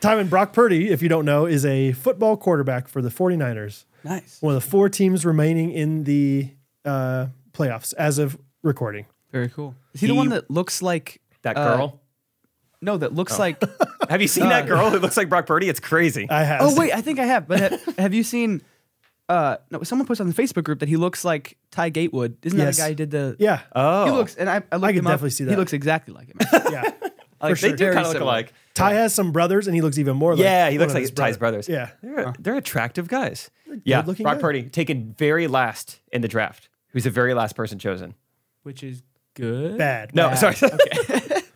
Speaker 1: Timon Brock Purdy, if you don't know, is a football quarterback for the 49ers.
Speaker 3: Nice.
Speaker 1: One of the four teams remaining in the uh, playoffs as of recording.
Speaker 3: Very cool. Is he, the
Speaker 2: He-
Speaker 3: one that looks like
Speaker 2: That
Speaker 3: uh,
Speaker 2: girl. Oh.
Speaker 3: no, that looks like.
Speaker 2: Have you seen that girl who looks like Brock Purdy? It's crazy.
Speaker 1: uh, I have.
Speaker 3: oh wait, I think I have. But have, have you seen? Uh, no, someone posted on the Facebook group that he looks like Ty Gatewood. Isn't
Speaker 1: Yes.
Speaker 3: that the guy who did the?
Speaker 1: Yeah.
Speaker 2: oh.
Speaker 3: He looks, and I, I looked
Speaker 1: can
Speaker 3: him up.
Speaker 1: definitely see that.
Speaker 3: He looks exactly like him. actually.
Speaker 1: Yeah.
Speaker 3: Like,
Speaker 2: they do
Speaker 3: very
Speaker 2: kind of look
Speaker 3: similar.
Speaker 2: alike.
Speaker 1: Ty has some brothers, and he looks even more like
Speaker 2: yeah, he
Speaker 1: one
Speaker 2: looks
Speaker 1: of
Speaker 2: like
Speaker 1: his
Speaker 2: Ty's brothers.
Speaker 1: Yeah.
Speaker 2: They're, they're attractive guys. yeah. Brock
Speaker 1: good-looking guys.
Speaker 2: Purdy, taken very last in the draft. Who's the very last person chosen?
Speaker 3: which is good.
Speaker 1: Bad.
Speaker 2: No,
Speaker 1: bad.
Speaker 2: sorry.
Speaker 1: So if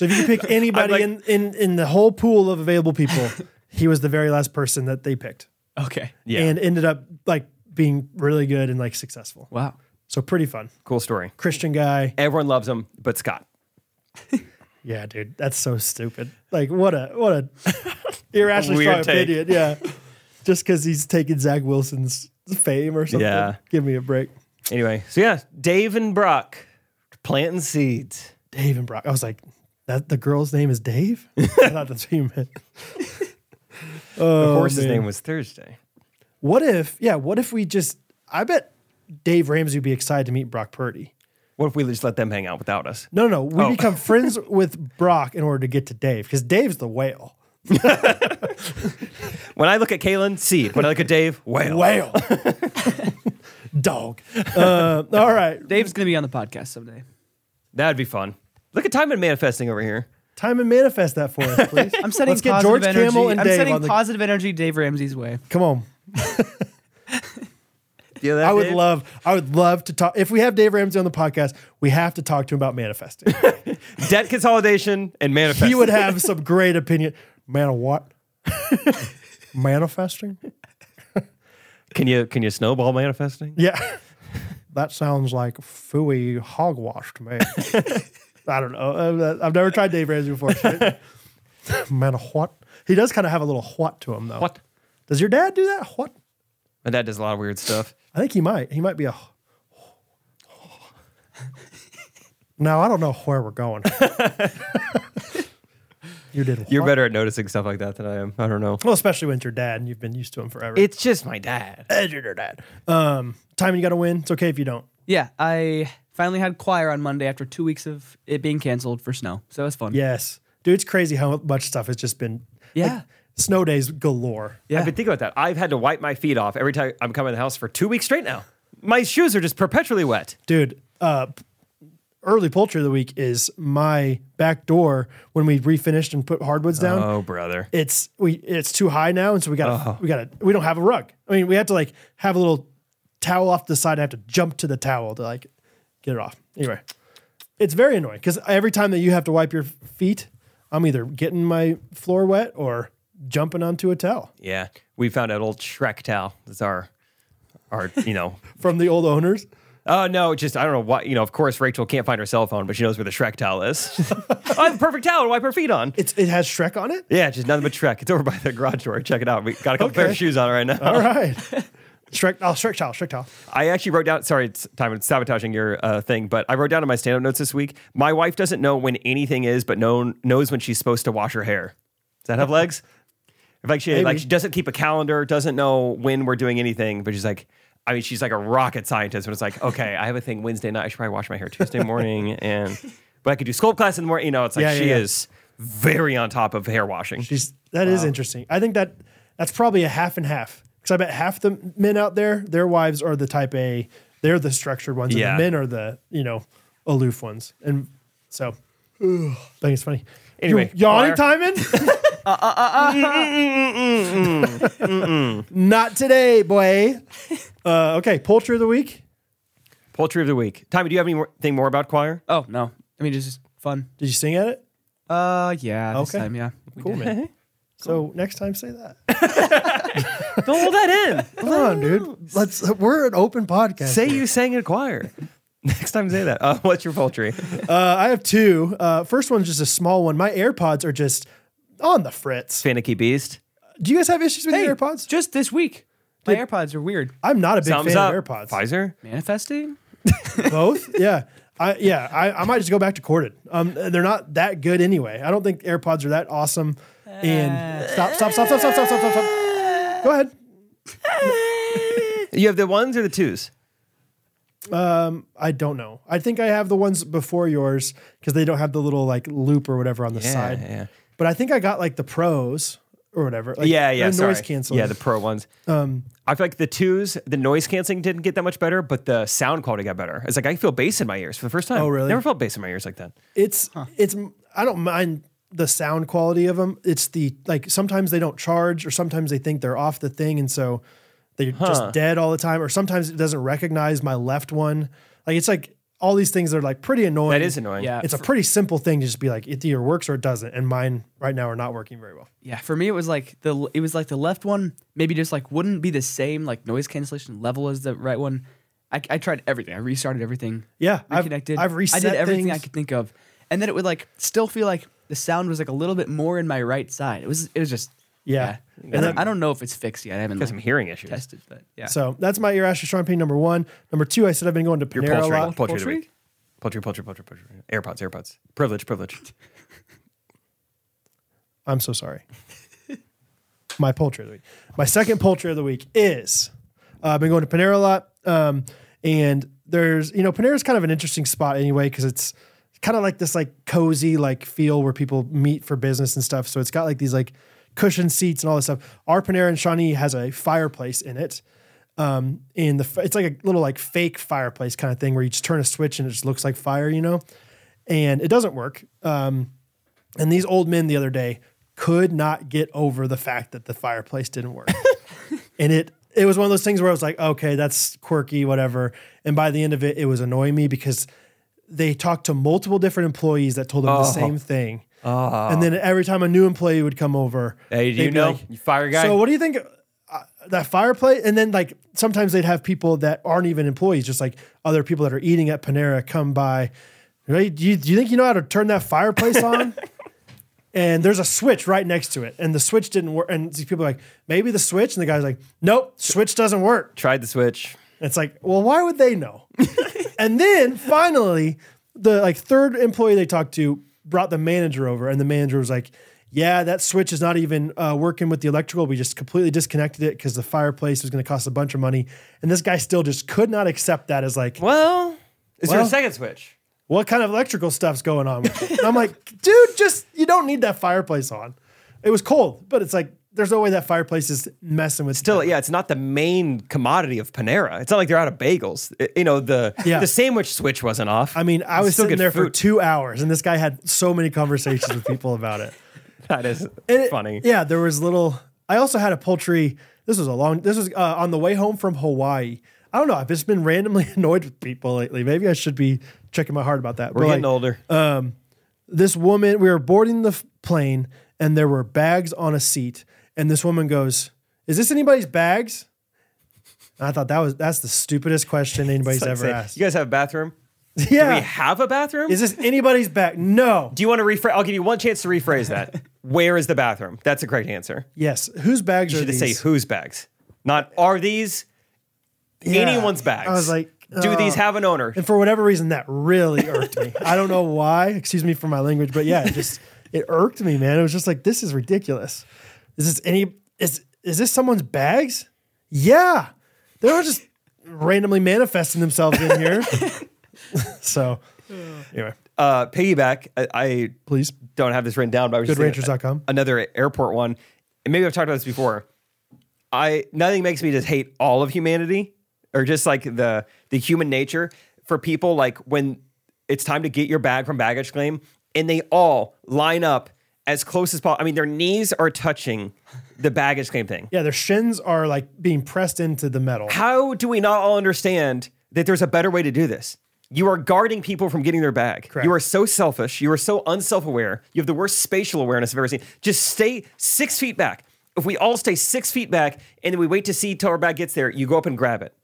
Speaker 1: you could pick anybody
Speaker 2: like-
Speaker 1: in, in in the whole pool of available people, he was the very last person that they picked,
Speaker 3: Okay.
Speaker 2: yeah.
Speaker 1: and ended up like being really good and like successful.
Speaker 3: Wow.
Speaker 1: So pretty fun.
Speaker 2: cool story.
Speaker 1: Christian guy.
Speaker 2: Everyone loves him, but Scott.
Speaker 1: Yeah, dude, that's so stupid. Like what a what a irrational
Speaker 2: Weird
Speaker 1: strong
Speaker 2: take.
Speaker 1: opinion. Yeah, just because he's taking Zach Wilson's fame or something.
Speaker 2: Yeah.
Speaker 1: give me a break.
Speaker 2: Anyway, so yeah, Dave and Brock planting seeds.
Speaker 1: Dave and Brock. I was like, that the girl's name is Dave. I thought that's what you meant.
Speaker 2: The horse's
Speaker 1: Oh, man.
Speaker 2: name was Thursday.
Speaker 1: What if? Yeah, what if we just? I bet Dave Ramsey would be excited to meet Brock Purdy.
Speaker 2: What if we just let them hang out without us?
Speaker 1: No, no, no. We
Speaker 2: Oh.
Speaker 1: become friends with Brock in order to get to Dave because Dave's the whale.
Speaker 2: When I look at Kalen, seed. When I look at Dave, whale.
Speaker 1: Whale. Dog. Uh, all right.
Speaker 3: Dave's gonna be on the podcast someday.
Speaker 2: That'd be fun. Look at time and manifesting over here.
Speaker 1: Time and manifest that for us, please.
Speaker 3: I'm setting
Speaker 1: Let's get
Speaker 3: positive
Speaker 1: George
Speaker 3: energy.
Speaker 1: Campbell and
Speaker 3: I'm
Speaker 1: Dave
Speaker 3: setting
Speaker 1: on the-
Speaker 3: positive energy Dave Ramsey's way.
Speaker 1: Come on.
Speaker 2: Yeah,
Speaker 1: I would love, I would love to talk. If we have Dave Ramsey on the podcast, we have to talk to him about manifesting.
Speaker 2: debt consolidation and manifesting.
Speaker 1: he would have some great opinion. Man of what? manifesting?
Speaker 2: Can you can you snowball manifesting?
Speaker 1: Yeah. That sounds like fooey hogwash to me. I don't know. I've- I've never tried Dave Ramsey before. Shit. Man, a what? He does kind of have a little what to him, though.
Speaker 2: What?
Speaker 1: Does your dad do that? What?
Speaker 2: My dad does a lot of weird stuff.
Speaker 1: I think he might. He might be a. No, I don't know where we're going. you did what?
Speaker 2: You're better at noticing stuff like that than I am. I don't know.
Speaker 1: Well, especially when it's your dad and you've been used to him forever.
Speaker 2: It's just my dad.
Speaker 1: It's your dad. Um, time you got to win. It's okay if you don't.
Speaker 3: Yeah, I finally had choir on Monday after two weeks of it being canceled for snow. So it was fun.
Speaker 1: Yes. Dude, it's crazy how much stuff has just been
Speaker 3: Yeah.
Speaker 1: snow days galore.
Speaker 3: Yeah.
Speaker 2: I've been thinking about that. I've had to wipe my feet off every time I'm coming to the house for two weeks straight now. My shoes are just perpetually wet.
Speaker 1: Dude, uh, p- early poultry of the week is my back door when we refinished and put hardwoods down.
Speaker 2: Oh, brother.
Speaker 1: It's we it's too high now, and so we gotta we gotta we don't have a rug. I mean, we have to like have a little towel off the side. I have to jump to the towel to like get it off. Anyway, it's very annoying because every time that you have to wipe your feet, I'm either getting my floor wet or jumping onto a towel.
Speaker 2: Yeah, we found an old Shrek towel. It's our, our, you know.
Speaker 1: from the old owners.
Speaker 2: Oh no, just I don't know why. You know, of course Rachel can't find her cell phone, but she knows where the Shrek towel is. I have a perfect towel to wipe her feet on.
Speaker 1: It's it has Shrek on it.
Speaker 2: Yeah, just nothing but Shrek. It's over by the garage door. Check it out. We got a couple
Speaker 1: Okay.
Speaker 2: pair of shoes on right now.
Speaker 1: All right, Shrek. Oh, Shrek towel, Shrek towel.
Speaker 2: I actually wrote down. Sorry, it's time it's sabotaging your uh, thing, but I wrote down in my stand-up notes this week. My wife doesn't know when anything is, but known, knows when she's supposed to wash her hair. Does that have legs? If like she like she doesn't keep a calendar, doesn't know when we're doing anything, but she's like, I mean, she's like a rocket scientist. But it's like, okay, I have a thing Wednesday night. I should probably wash my hair Tuesday morning, and but I could do sculpt class in the morning. You know, it's like
Speaker 1: Yeah, yeah,
Speaker 2: she
Speaker 1: yeah.
Speaker 2: is very on top of hair washing.
Speaker 1: She's that is interesting. I think that that's probably a half and half because I bet half the men out there, their wives are the type A, they're the structured ones,
Speaker 2: Yeah.
Speaker 1: and the men are the you know aloof ones. And so, ugh, I think it's funny.
Speaker 2: Anyway,
Speaker 1: you yawning,
Speaker 2: choir.
Speaker 1: Timon. Not today, boy. Uh, okay, poultry of the week.
Speaker 2: Poultry of the week. Tommy, do you have anything more about choir?
Speaker 3: Oh no. I mean, it's just Fun.
Speaker 1: Did you sing at it?
Speaker 3: Uh, yeah. This
Speaker 1: Okay.
Speaker 3: time, yeah.
Speaker 1: Cool, man. So next time, say that.
Speaker 2: Don't hold that in.
Speaker 1: Come on, dude. Let's. uh, We're an open podcast.
Speaker 2: say you sang in a choir. Next time, say that. Uh, what's your poultry?
Speaker 1: Uh, I have two. Uh, first one's just a small one. My AirPods are just on the fritz.
Speaker 2: Finicky beast.
Speaker 1: Do you guys have issues with
Speaker 3: Hey,
Speaker 1: your AirPods?
Speaker 3: Just this week. My AirPods are weird.
Speaker 1: I'm not a big
Speaker 2: Thumbs
Speaker 1: fan
Speaker 2: up.
Speaker 1: of AirPods.
Speaker 2: Pfizer.
Speaker 3: Manifesting?
Speaker 1: Both, yeah, I yeah, I, I might just go back to corded. Um, they're not that good anyway. I don't think AirPods are that awesome. And stop, stop, stop, stop, stop, stop, stop, stop. stop. Go ahead.
Speaker 2: You have the ones or the twos?
Speaker 1: I don't know. I think I have the ones before yours because they don't have the little like loop or whatever on the
Speaker 2: Yeah,
Speaker 1: side.
Speaker 2: yeah.
Speaker 1: But I think I got like the pros or whatever. Like,
Speaker 2: yeah, yeah.
Speaker 1: the
Speaker 2: sorry.
Speaker 1: noise canceling. Um,
Speaker 2: Yeah, the pro ones. I feel like the twos, the noise canceling didn't get that much better, but the sound quality got better. It's like I feel bass in my ears for the first time.
Speaker 1: Oh, really?
Speaker 2: Never felt bass in my ears like that.
Speaker 1: it's it's I don't mind the sound quality of them. It's the like sometimes they don't charge or sometimes they think they're off the thing and so they're
Speaker 2: Huh.
Speaker 1: just dead all the time or sometimes it doesn't recognize my left one. Like it's like all these things that are like pretty annoying.
Speaker 2: That is annoying.
Speaker 3: Yeah.
Speaker 1: It's a pretty simple thing to just be like it either works or it doesn't and mine right now are not working very well.
Speaker 3: Yeah, for me it was like the it was like the left one maybe just like wouldn't be the same like noise cancellation level as the right one. I, I tried everything. I restarted everything.
Speaker 1: Yeah, I've-
Speaker 3: reconnected.
Speaker 1: I've reset
Speaker 3: I did everything I
Speaker 1: things.
Speaker 3: could think of, and then it would like still feel like the sound was like a little bit more in my right side. It was it was just
Speaker 1: Yeah.
Speaker 3: And I, I don't know if it's fixed yet. I haven't
Speaker 2: Got some
Speaker 3: like,
Speaker 2: hearing issues.
Speaker 3: tested, but yeah.
Speaker 1: So that's my ear ashes Sean P number one. Number two, I said I've been going to
Speaker 2: Your
Speaker 1: Panera a
Speaker 2: poultry.
Speaker 1: lot.
Speaker 2: Poultry, of the
Speaker 3: Poultry?
Speaker 2: week. poultry, poultry, poultry, poultry. AirPods, AirPods. Privilege, privilege.
Speaker 1: I'm so sorry. My poultry of the week. My second poultry of the week is uh, I've been going to Panera a lot. Um, and there's, you know, Panera's kind of an interesting spot anyway, because it's kind of like this like cozy like feel where people meet for business and stuff. So it's got like these like cushion seats and all this stuff. Our Panera in Shawnee has a fireplace in it. Um, and the f- it's like a little like fake fireplace kind of thing where you just turn a switch and it just looks like fire, you know? And it doesn't work. Um, and these old men the other day could not get over the fact that the fireplace didn't work. and it it was one of those things where I was like, okay, that's quirky, whatever. And by the end of it, it was annoying me because they talked to multiple different employees that told them
Speaker 2: Oh.
Speaker 1: the same thing. And then every time a new employee would come over,
Speaker 2: Ah. Hey, do
Speaker 1: they'd
Speaker 2: you
Speaker 1: be
Speaker 2: know?
Speaker 1: like,
Speaker 2: you fire guy?
Speaker 1: so what do you think? Uh, that fireplace, and then like sometimes they'd have people that aren't even employees, just like other people that are eating at Panera come by. Hey, do you, do you think you know how to turn that fireplace on? and there's a switch right next to it, and the switch didn't work. And these people are like, maybe the switch, and the guy's like, nope, switch doesn't work.
Speaker 2: Tried the switch.
Speaker 1: It's like, well, why would they know? and then finally, the like third employee they talked to brought the manager over, and the manager was like, "Yeah, that switch is not even uh, working with the electrical. We just completely disconnected it because the fireplace was going to cost a bunch of money." And this guy still just could not accept that as like, what,
Speaker 2: Well, is there a
Speaker 1: Well-
Speaker 2: second switch?
Speaker 1: kind of electrical stuff's going on? With it? And I'm like, dude, just you don't need that fireplace on. It was cold, but it's like there's no way that fireplace is messing with
Speaker 2: Still, yeah, it's not the main commodity of Panera. It's not like they're out of bagels. I- you know, the
Speaker 1: Yeah.
Speaker 2: the sandwich switch wasn't off.
Speaker 1: I mean, I
Speaker 2: You
Speaker 1: was
Speaker 2: still
Speaker 1: sitting
Speaker 2: get
Speaker 1: there for
Speaker 2: food.
Speaker 1: two hours, and this guy had so many conversations with people about it.
Speaker 2: that is funny.
Speaker 1: Yeah, there was little. I also had a poultry. This was a long. This was uh, on the way home from Hawaii. I don't know. I've just been randomly annoyed with people lately. Maybe I should be checking my heart about that.
Speaker 2: We're getting older.
Speaker 1: uh, This woman, we were boarding the f- plane, and there were bags on a seat. And this woman goes, "Is this anybody's bags?" And I thought that was that's the stupidest question anybody's
Speaker 2: It's like
Speaker 1: ever
Speaker 2: say,
Speaker 1: asked.
Speaker 2: You guys have a bathroom? Do we
Speaker 1: yeah,
Speaker 2: have a bathroom?
Speaker 1: is this anybody's bag? No.
Speaker 2: Do you want to rephrase? I'll give you one chance to rephrase that. Where is the bathroom? That's the correct answer.
Speaker 1: Yes. Whose bags
Speaker 2: You
Speaker 1: are
Speaker 2: should
Speaker 1: these?
Speaker 2: say whose bags, not are these
Speaker 1: Yeah.
Speaker 2: anyone's bags.
Speaker 1: I was like,
Speaker 2: do
Speaker 1: uh,
Speaker 2: these have an owner?
Speaker 1: And for whatever reason, that really irked me. I don't know why. Excuse me for my language, but yeah, it just it irked me, man. It was just like this is ridiculous. Is this any is is this someone's bags? Yeah, they're all just randomly manifesting themselves in here. so anyway,
Speaker 2: Uh, piggyback. I, I
Speaker 1: please.
Speaker 2: don't have this written down, but I was just thinking-
Speaker 1: GoodRanchers.com.
Speaker 2: Another airport one, and maybe I've talked about this before. I nothing makes me just hate all of humanity, or just like the the human nature for people. Like when it's time to get your bag from baggage claim, and they all line up as close as possible. I mean, their knees are touching the baggage claim thing.
Speaker 1: Yeah, their shins are like being pressed into the metal.
Speaker 2: How do we not all understand that there's a better way to do this? You are guarding people from getting their bag.
Speaker 1: Correct.
Speaker 2: You are so selfish. You are so unself aware. You have the worst spatial awareness I've ever seen. Just stay six feet back. If we all stay six feet back and then we wait to see till our bag gets there, you go up and grab it.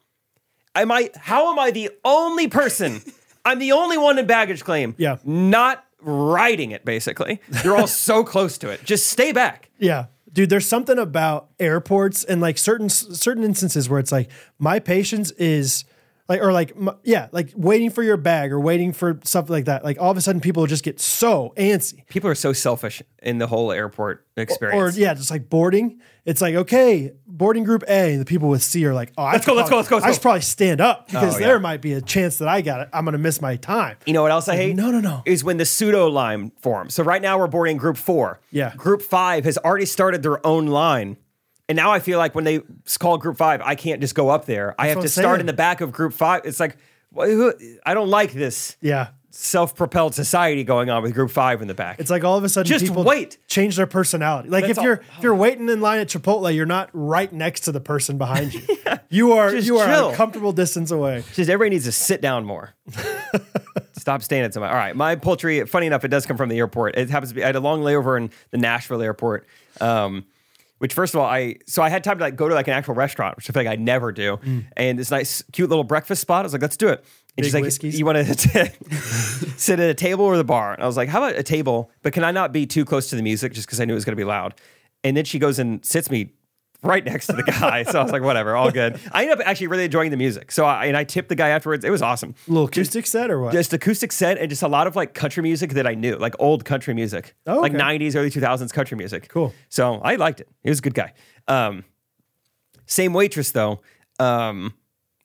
Speaker 2: Am I? How am I the only person? I'm the only one in baggage claim.
Speaker 1: Yeah.
Speaker 2: Not riding it. Basically, you're all so close to it. Just stay back.
Speaker 1: Yeah. Dude, there's something about airports and like certain certain instances where it's like my patience is like or like my, yeah, like waiting for your bag or waiting for something like that. Like all of a sudden people just get so antsy.
Speaker 2: People are so selfish in the whole airport experience.
Speaker 1: Or yeah, just like boarding. It's like okay, boarding group A, and the people with C are like, oh, let's
Speaker 2: go, let's go, let's go, let's
Speaker 1: I
Speaker 2: go. Oh,
Speaker 1: should probably stand up because
Speaker 2: yeah.
Speaker 1: there might be a chance that I got it. I'm gonna miss my time.
Speaker 2: You know what else I hate?
Speaker 1: no, no, no.
Speaker 2: Is when the pseudo line forms. So right now we're boarding group four.
Speaker 1: Yeah.
Speaker 2: Group five has already started their own line. And now I feel like when they s- call group five, I can't just go up there. I have
Speaker 1: what
Speaker 2: to
Speaker 1: I'm
Speaker 2: start
Speaker 1: saying.
Speaker 2: in the back of group five. It's like, wh- who- I don't like this
Speaker 1: Yeah,
Speaker 2: self propelled society going on with group five in the back.
Speaker 1: it's like all of a sudden
Speaker 2: Just
Speaker 1: people
Speaker 2: wait.
Speaker 1: change their personality. Like
Speaker 2: That's
Speaker 1: if you're
Speaker 2: all-
Speaker 1: if you're waiting in line at Chipotle, you're not right next to the person behind you. You are
Speaker 2: Just
Speaker 1: you are
Speaker 2: chill.
Speaker 1: a comfortable distance away.
Speaker 2: Just everybody needs to sit down more. Stop standing at somebody. All right, my poultry. Funny enough, it does come from the airport. It happens to be. I had a long layover in the Nashville airport. Um, which first of all, I so I had time to like go to like an actual restaurant, which I feel like I never do. And this nice, cute little breakfast spot. I was like, let's do it. And she's like,
Speaker 1: whiskeys.
Speaker 2: you want to sit at a table or the bar? And I was like, how about a table? But can I not be too close to the music just because I knew it was going to be loud? And then she goes and sits me right next to the guy. so I was like, whatever, all good. I ended up actually really enjoying the music. So I, and I tipped the guy afterwards. It was awesome.
Speaker 1: Little acoustic set or what?
Speaker 2: Just acoustic set and just a lot of like country music that I knew, like old country music,
Speaker 1: Oh,
Speaker 2: like
Speaker 1: okay.
Speaker 2: 90s, early 2000s country music.
Speaker 1: Cool.
Speaker 2: So I liked it. He was a good guy. Um, same waitress though. Um,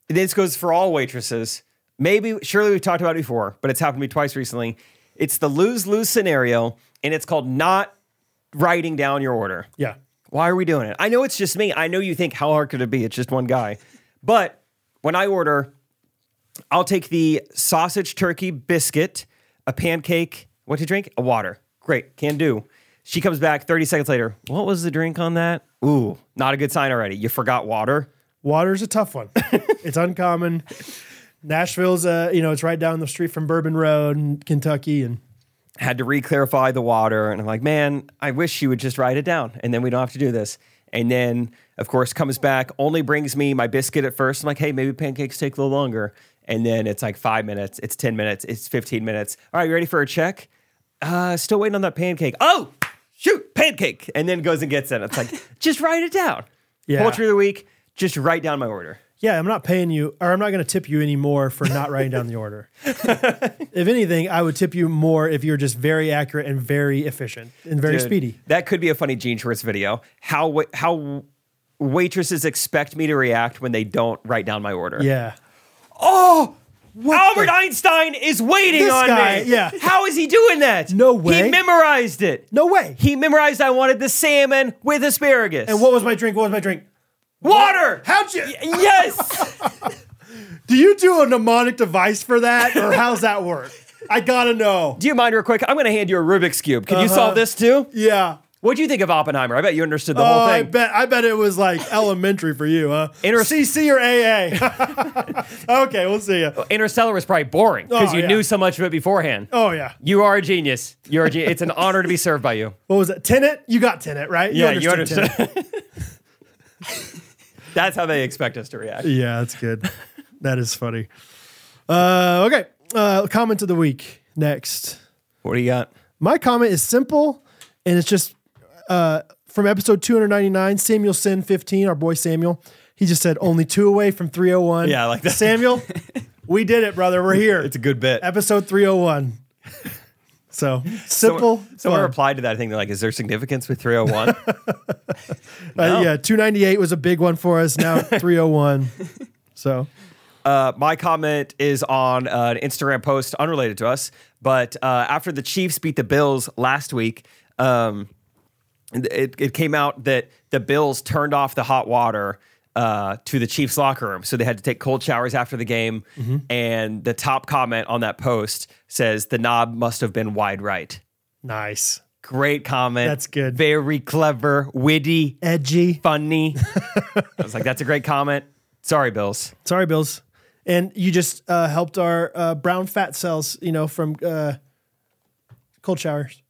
Speaker 2: this goes for all waitresses. Maybe surely we've talked about it before, but it's happened to me twice recently. It's the lose lose scenario, and it's called not writing down your order.
Speaker 1: yeah.
Speaker 2: Why are we doing it? I know it's just me. I know you think how hard could it be? It's just one guy. But when I order, I'll take the sausage turkey biscuit, a pancake, what to drink? A water. Great, can do. She comes back 30 seconds later. What was the drink on that? Ooh, not a good sign already. You forgot water.
Speaker 1: Water's a tough one. it's uncommon. Nashville's uh, you know, it's right down the street from Bourbon Road in Kentucky and
Speaker 2: had to re-clarify the water and i'm like man i wish you would just write it down and then we don't have to do this and then of course comes back only brings me my biscuit at first i'm like hey maybe pancakes take a little longer and then it's like five minutes it's 10 minutes it's 15 minutes all right you ready for a check uh still waiting on that pancake oh shoot pancake and then goes and gets it it's like just write it down
Speaker 1: Yeah.
Speaker 2: poultry of the week just write down my order
Speaker 1: yeah, I'm not paying you or I'm not gonna tip you anymore for not writing down the order. if anything, I would tip you more if you're just very accurate and very efficient and very
Speaker 2: Dude,
Speaker 1: speedy.
Speaker 2: That could be a funny Gene Schwartz video. How wa- how waitresses expect me to react when they don't write down my order. Oh,
Speaker 1: Yeah.
Speaker 2: Albert Einstein is waiting
Speaker 1: This
Speaker 2: on
Speaker 1: guy,
Speaker 2: me.
Speaker 1: yeah.
Speaker 2: How is he doing that?
Speaker 1: No
Speaker 2: He
Speaker 1: way.
Speaker 2: memorized it.
Speaker 1: No way.
Speaker 2: He memorized I wanted the salmon with asparagus.
Speaker 1: And what was my drink? What was my drink?
Speaker 2: water?
Speaker 1: How'd you
Speaker 2: yes.
Speaker 1: Do you do a mnemonic device for that, or how's that work? I gotta know.
Speaker 2: Do you mind real quick? I'm going to hand you a Rubik's cube.
Speaker 1: Uh-huh.
Speaker 2: Can you solve this too?
Speaker 1: Yeah.
Speaker 2: What do you think of Oppenheimer? I bet you understood the
Speaker 1: Oh,
Speaker 2: whole
Speaker 1: I
Speaker 2: thing.
Speaker 1: bet. I bet it was like elementary for you, huh?
Speaker 2: Inter-
Speaker 1: CC or AA? okay, we'll see you.
Speaker 2: Interstellar was probably boring because
Speaker 1: Oh,
Speaker 2: you
Speaker 1: yeah.
Speaker 2: knew so much of it beforehand.
Speaker 1: Oh yeah.
Speaker 2: You are a genius. You're a gen- it's an honor to be served by you.
Speaker 1: What was that? Tenet? You got Tenet, right?
Speaker 2: Yeah, you
Speaker 1: understood
Speaker 2: understood. That's how they expect us to react.
Speaker 1: Tenet. yeah, that's good. That is funny. Uh, okay. Uh, comment of the week next.
Speaker 2: What do you got?
Speaker 1: My comment is simple, and it's just uh, from episode 299, Samuel Sin 15, our boy Samuel. He just said only two away from 301.
Speaker 2: Yeah, I like that.
Speaker 1: Samuel, we did it, brother. We're here.
Speaker 2: It's a good bit.
Speaker 1: episode 301. So simple.
Speaker 2: Someone, someone
Speaker 1: fun.
Speaker 2: replied to that thing. They're like, "Is there significance with 301?" Oh.
Speaker 1: Uh, yeah, 298 was a big one for us. Now 301. So
Speaker 2: uh, my comment is on uh, an Instagram post unrelated to us, but uh, after the Chiefs beat the Bills last week, um, it, it came out that the Bills turned off the hot water uh, to the Chiefs locker room. So they had to take cold showers after the game.
Speaker 1: Mm-hmm.
Speaker 2: And the top comment on that post says, the knob must have been wide right.
Speaker 1: nice.
Speaker 2: Great comment.
Speaker 1: That's good.
Speaker 2: Very clever, witty,
Speaker 1: Edgy.
Speaker 2: funny. I was like, that's a great comment. Sorry, Bills.
Speaker 1: Sorry, Bills. and you just uh, helped our uh, brown fat cells, you know, from uh, cold showers.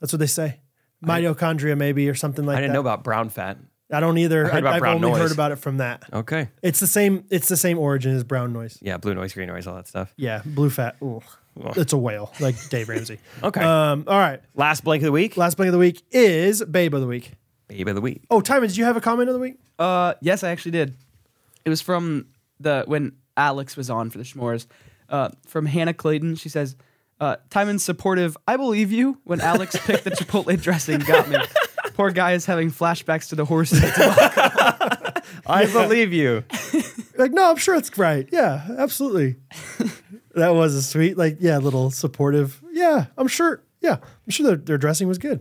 Speaker 1: That's what they say. Mitochondria, maybe, or something like
Speaker 2: I didn't
Speaker 1: that.
Speaker 2: know about brown fat.
Speaker 1: I don't either. I
Speaker 2: about
Speaker 1: have
Speaker 2: brown
Speaker 1: only
Speaker 2: noise.
Speaker 1: heard about it from that.
Speaker 2: Okay.
Speaker 1: It's the same. It's the same origin as brown noise.
Speaker 2: Yeah, blue noise, green noise, all that stuff.
Speaker 1: Yeah, blue fat. Ugh. It's a whale, like Dave Ramsey.
Speaker 2: Okay.
Speaker 1: Um, all right.
Speaker 2: Last blank of the week.
Speaker 1: Last blank of the week is Babe of the Week.
Speaker 2: Babe of the week.
Speaker 1: Oh, Timon, did you have a comment of the week?
Speaker 3: Uh, yes, I actually did. It was from the when Alex was on for the Schmores. Uh, from Hannah Clayton, she says, uh, "Timon's supportive. I believe you." When Alex picked the Chipotle dressing, got me. Poor guy is having flashbacks to the horses.
Speaker 2: I believe you.
Speaker 1: Like, no, I'm sure it's right. Yeah, absolutely. that was a sweet, like, yeah, little supportive. Yeah, I'm sure. Yeah, I'm sure their, their dressing was good.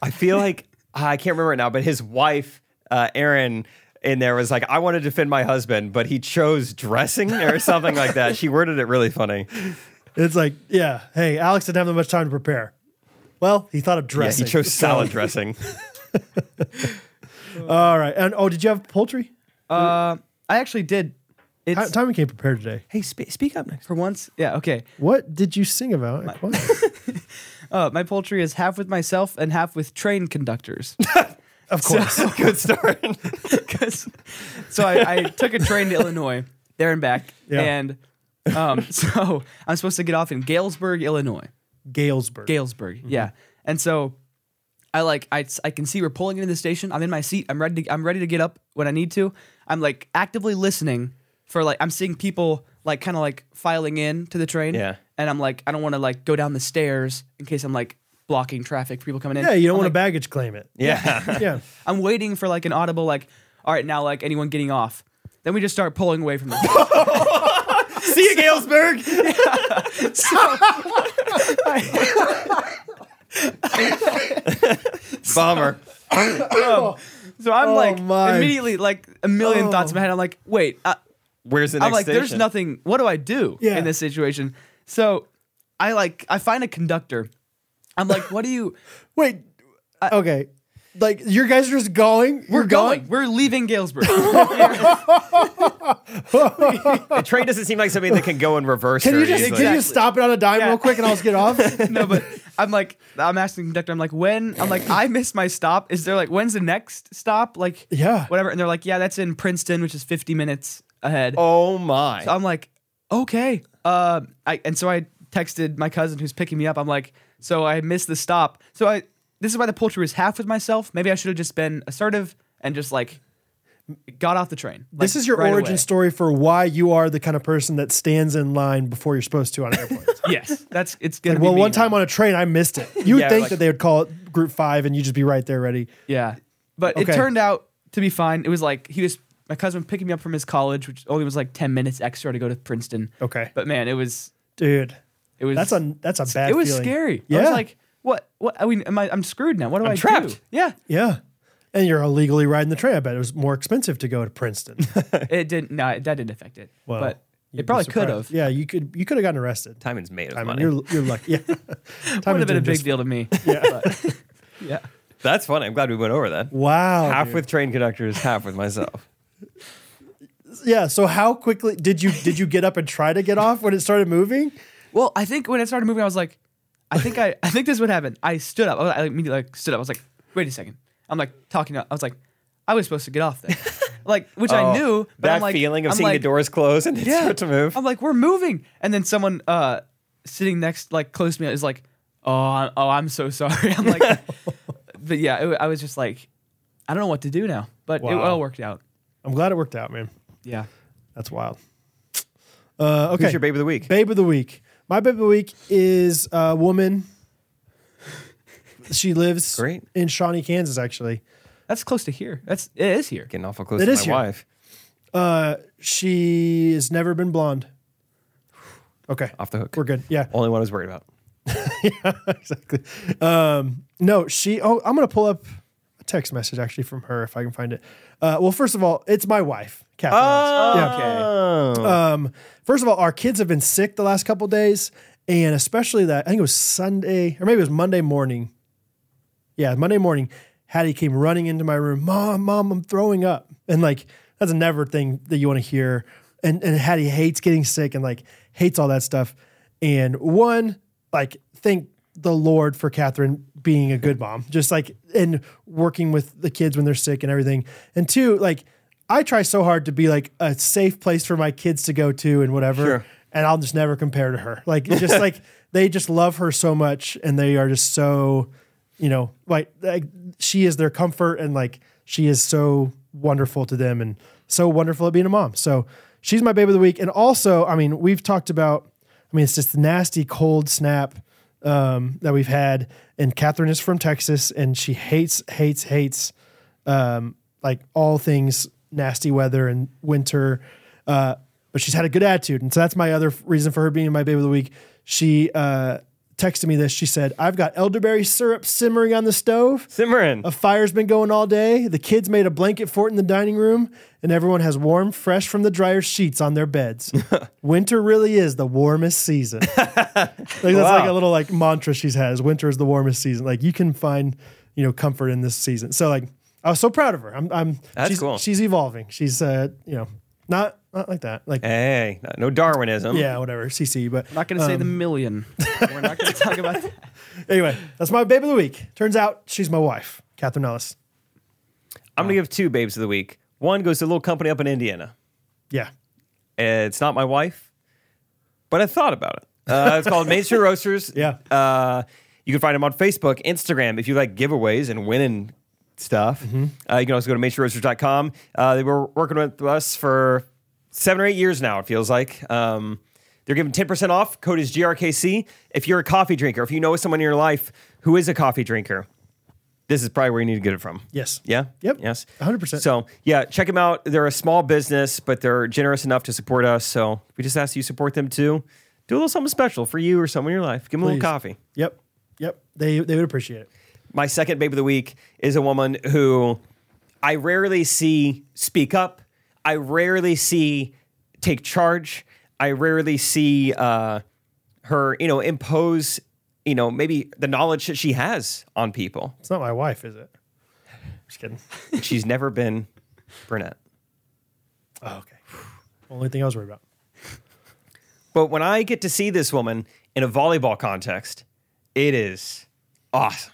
Speaker 2: I feel like ah, I can't remember it now, but his wife, uh, Erin, in there was like, I want to defend my husband, but he chose dressing or something like that. She worded it really funny.
Speaker 1: It's like, yeah, hey, Alex didn't have that much time to prepare. Well, he thought of
Speaker 2: Yeah,
Speaker 1: dressing.
Speaker 2: he chose salad dressing.
Speaker 1: All right. And oh, did you have poultry?
Speaker 3: Uh, I actually did. It's
Speaker 1: Ti- Timon came prepared today.
Speaker 2: Hey, spe- speak up next.
Speaker 3: for once. Yeah. Okay.
Speaker 1: What did you sing about? and what?
Speaker 3: Uh, my poultry is half with myself and half with train conductors.
Speaker 1: of course.
Speaker 2: Good start.
Speaker 3: 'Cause- so I, I took a train to Illinois, there and back,
Speaker 1: Yeah.
Speaker 3: and um, so I'm supposed to get off in Galesburg, Illinois.
Speaker 1: Galesburg.
Speaker 3: Galesburg,
Speaker 1: Mm-hmm.
Speaker 3: yeah. And so I like I, I can see we're pulling into the station. I'm in my seat. I'm ready. To, I'm ready to get up when I need to. I'm like actively listening for like I'm seeing people like kind of like filing in to the train.
Speaker 2: Yeah.
Speaker 3: And I'm like I don't want to like go down the stairs in case I'm like blocking traffic for people coming in.
Speaker 1: yeah, you don't
Speaker 3: I'm
Speaker 1: want
Speaker 3: like,
Speaker 1: to baggage claim it.
Speaker 2: Oh Yeah.
Speaker 1: Yeah.
Speaker 3: I'm waiting for like an audible, like, all right, now like anyone getting off. Then we just start pulling away from the.
Speaker 2: See you, Galesburg. Bomber.
Speaker 3: so I'm
Speaker 1: Oh,
Speaker 3: like
Speaker 1: my.
Speaker 3: immediately like a million thoughts in my head. I'm like, wait, uh,
Speaker 2: Where's the next
Speaker 3: I'm like, there's
Speaker 2: station?
Speaker 3: nothing. What do I do
Speaker 1: Yeah.
Speaker 3: in this situation? So I like I find a conductor. I'm like, what do you?
Speaker 1: Wait. okay. Like your guys are just going.
Speaker 3: We're
Speaker 1: You're
Speaker 3: going. We're leaving Galesburg.
Speaker 2: The train doesn't seem like something that can go in reverse.
Speaker 1: Can you
Speaker 2: very
Speaker 1: just
Speaker 2: easily.
Speaker 1: can you
Speaker 3: Exactly.
Speaker 1: just stop it on a dime
Speaker 3: Yeah.
Speaker 1: real quick and I'll just get off?
Speaker 3: no, but I'm like, I'm asking the conductor, I'm like, when? I'm like, I missed my stop. Is there like, when's the next stop? Like,
Speaker 1: Yeah.
Speaker 3: whatever. And they're like, yeah, that's in Princeton, which is 50 minutes ahead.
Speaker 2: Oh my!
Speaker 3: So I'm like, okay. Uh, I and so I texted my cousin who's picking me up. I'm like, so I missed the stop. So I this is why the poultry was half with myself. Maybe I should have just been assertive and just like got off the train.
Speaker 1: this
Speaker 3: like,
Speaker 1: is your
Speaker 3: right
Speaker 1: origin
Speaker 3: away.
Speaker 1: story for why you are the kind of person that stands in line before you're supposed to on airplanes.
Speaker 3: Yes, that's it's gonna.
Speaker 1: like,
Speaker 3: be
Speaker 1: well,
Speaker 3: me
Speaker 1: one
Speaker 3: now.
Speaker 1: time on a train, I missed it. You would
Speaker 2: Yeah,
Speaker 1: think
Speaker 2: like-
Speaker 1: that they would call it group five and you just be right there ready.
Speaker 3: Yeah. But
Speaker 1: Okay.
Speaker 3: it turned out to be fine. It was like he was my cousin picking me up from his college, which only was like ten minutes extra to go to Princeton.
Speaker 1: Okay.
Speaker 3: But man, it was
Speaker 1: Dude,
Speaker 3: it was
Speaker 1: that's a that's a bad
Speaker 3: it was
Speaker 1: feeling.
Speaker 3: scary.
Speaker 1: Yeah.
Speaker 3: I was like, what what I mean am I I'm screwed now. What do i do?
Speaker 2: trapped.
Speaker 3: Yeah.
Speaker 1: yeah. And you're illegally riding the train. I bet it was more expensive to go to Princeton.
Speaker 3: It didn't no, it, that didn't affect it.
Speaker 1: Well,
Speaker 3: but
Speaker 1: You'd be
Speaker 3: it probably could
Speaker 1: surprised.
Speaker 3: have.
Speaker 1: Yeah, you could you could have gotten arrested.
Speaker 2: Timon's made of
Speaker 1: I mean,
Speaker 2: money.
Speaker 1: you're you're lucky. Yeah,
Speaker 3: It would
Speaker 1: Timon
Speaker 3: have been a
Speaker 1: did
Speaker 3: big
Speaker 1: just-
Speaker 3: deal to me.
Speaker 1: Yeah.
Speaker 3: But, yeah.
Speaker 2: That's funny. I'm glad we went over that.
Speaker 1: Wow.
Speaker 2: half
Speaker 1: dude.
Speaker 2: with train conductors, half with myself.
Speaker 1: yeah. So how quickly did you did you get up and try to get off when it started moving?
Speaker 3: Well, I think when it started moving, I was like, I think I, I think this would happen. I stood up. I, was- I immediately like stood up. I was like, wait a second. I'm like talking. Up. I was like, I was supposed to get off then. like, which
Speaker 2: Oh,
Speaker 3: I knew. But
Speaker 2: that
Speaker 3: I'm like,
Speaker 2: feeling of
Speaker 3: I'm
Speaker 2: seeing
Speaker 3: like,
Speaker 2: the doors close and then start to move.
Speaker 3: I'm like, we're moving, and then someone uh, sitting next, like close to me, is like, oh, I- oh, I'm so sorry. I'm like, but yeah, it, I was just like, I don't know what to do now. But it
Speaker 1: Wow.
Speaker 3: all worked out.
Speaker 1: I'm glad it worked out, man.
Speaker 3: Yeah.
Speaker 1: That's wild. Uh, okay.
Speaker 2: Who's your babe of the week?
Speaker 1: Babe of the week. My babe of the week is a woman. She lives
Speaker 2: Great.
Speaker 1: in Shawnee, Kansas. Actually,
Speaker 3: That's close to here. That's it is here.
Speaker 2: Getting awful close
Speaker 1: It
Speaker 2: to
Speaker 1: is
Speaker 2: my
Speaker 1: you.
Speaker 2: wife.
Speaker 1: uh, she has never been blonde. Okay,
Speaker 2: Off the hook.
Speaker 1: We're good. Yeah.
Speaker 2: Only one I was worried about.
Speaker 1: exactly. Um, no, she. Oh, I'm gonna pull up a text message actually from her if I can find it. Uh, well, first of all, it's my wife, Catherine.
Speaker 2: Oh, Okay.
Speaker 1: Um, first of all, our kids have been sick the last couple days, and especially that I think it was Sunday or maybe it was Monday morning. Yeah, Monday morning, Hattie came running into my room. Mom, mom, I'm throwing up, and like that's a never thing that you want to hear and and Hattie hates getting sick and like hates all that stuff. And one, like, thank the Lord for Catherine being a good mom, just like and working with the kids when they're sick and everything. And two, like, I try so hard to be like a safe place for my kids to go to and whatever.
Speaker 2: Sure.
Speaker 1: And I'll just never compare to her. Like, just like they just love her so much and they are just so, you know, like, like she is their comfort and like she is so wonderful to them and so wonderful at being a mom. So she's my babe of the week. And also, I mean, we've talked about, I mean, it's just the nasty cold snap um, that we've had. And Catherine is from Texas and she hates, hates, hates um, like all things nasty weather and winter. Uh, but she's had a good attitude, and so that's my other f- reason for her being my babe of the week. She uh, texted me this. She said, "I've got elderberry syrup simmering on the stove.
Speaker 2: Simmering.
Speaker 1: A fire's been going all day. The kids made a blanket fort in the dining room, and everyone has warm, fresh from the dryer sheets on their beds. winter really is the warmest season. like that's like a little like mantra she's had is winter is the warmest season. Like you can find, you know, comfort in this season. So like I was so proud of her. I'm I'm
Speaker 2: That's
Speaker 1: she's,
Speaker 2: cool.
Speaker 1: she's evolving. She's uh, you know, not not like that. Like
Speaker 2: Hey, no Darwinism.
Speaker 1: yeah, whatever. CC, but
Speaker 3: not going to say the million. We're not going to talk about that.
Speaker 1: anyway, that's my babe of the week. Turns out she's my wife, Catherine Ellis.
Speaker 2: I'm gonna give two babes of the week. One goes to a little company up in Indiana.
Speaker 1: Yeah.
Speaker 2: It's not my wife, but I thought about it. Uh, it's called Main Street Roasters.
Speaker 1: Yeah.
Speaker 2: Uh, you can find them on Facebook, Instagram, if you like giveaways and winning stuff. Uh, you can also go to mainstreetroasters.com. Uh, they were working with us for seven or eight years now, it feels like. Um, they're giving 10% off. Code is GRKC. If you're a coffee drinker, if you know someone in your life who is a coffee drinker, this is probably where you need to get it from.
Speaker 1: Yes.
Speaker 2: Yeah.
Speaker 1: Yep.
Speaker 2: Yes.
Speaker 1: 100%.
Speaker 2: So yeah, check them out. They're a small business, but they're generous enough to support us. So we just ask you support them too. Do a little something special for you or someone in your life. Give them a
Speaker 1: Please.
Speaker 2: little coffee.
Speaker 1: Yep. Yep. They they would appreciate it.
Speaker 2: My second babe of the week is a woman who I rarely see speak up. I rarely see take charge. I rarely see uh, her, you know, impose, you know, maybe the knowledge that she has on people.
Speaker 1: It's not my wife, is it? Just kidding.
Speaker 2: She's never been brunette.
Speaker 1: Oh, okay. Only thing I was worried about.
Speaker 2: But when I get to see this woman in a volleyball context, it is awesome.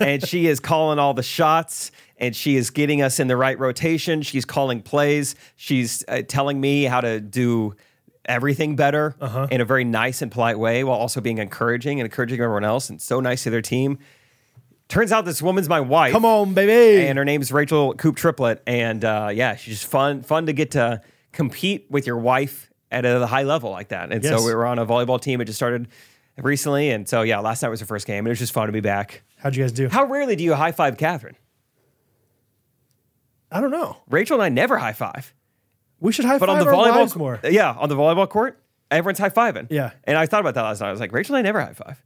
Speaker 2: and she is calling all the shots and she is getting us in the right rotation. She's calling plays. She's uh, telling me how to do everything better in a very nice and polite way while also being encouraging and encouraging everyone else and so nice to their team. Turns out this woman's my wife
Speaker 1: Come on, baby.
Speaker 2: and her name's Rachel Coop Triplet, and uh, yeah, she's just fun fun to get to compete with your wife at a high level like that. And
Speaker 1: Yes.
Speaker 2: so we were on a volleyball team. It just started recently, and so yeah, last night was the first game, and it was just fun to be back.
Speaker 1: How'd you guys do?
Speaker 2: How rarely do you high five Catherine?
Speaker 1: I don't know.
Speaker 2: Rachel and I never high five,
Speaker 1: We should high
Speaker 2: but
Speaker 1: five
Speaker 2: on the
Speaker 1: our
Speaker 2: volleyball
Speaker 1: wives more.
Speaker 2: yeah, on the volleyball court, everyone's high fiving.
Speaker 1: Yeah.
Speaker 2: and I thought about that last night. I was like, Rachel and I never high five.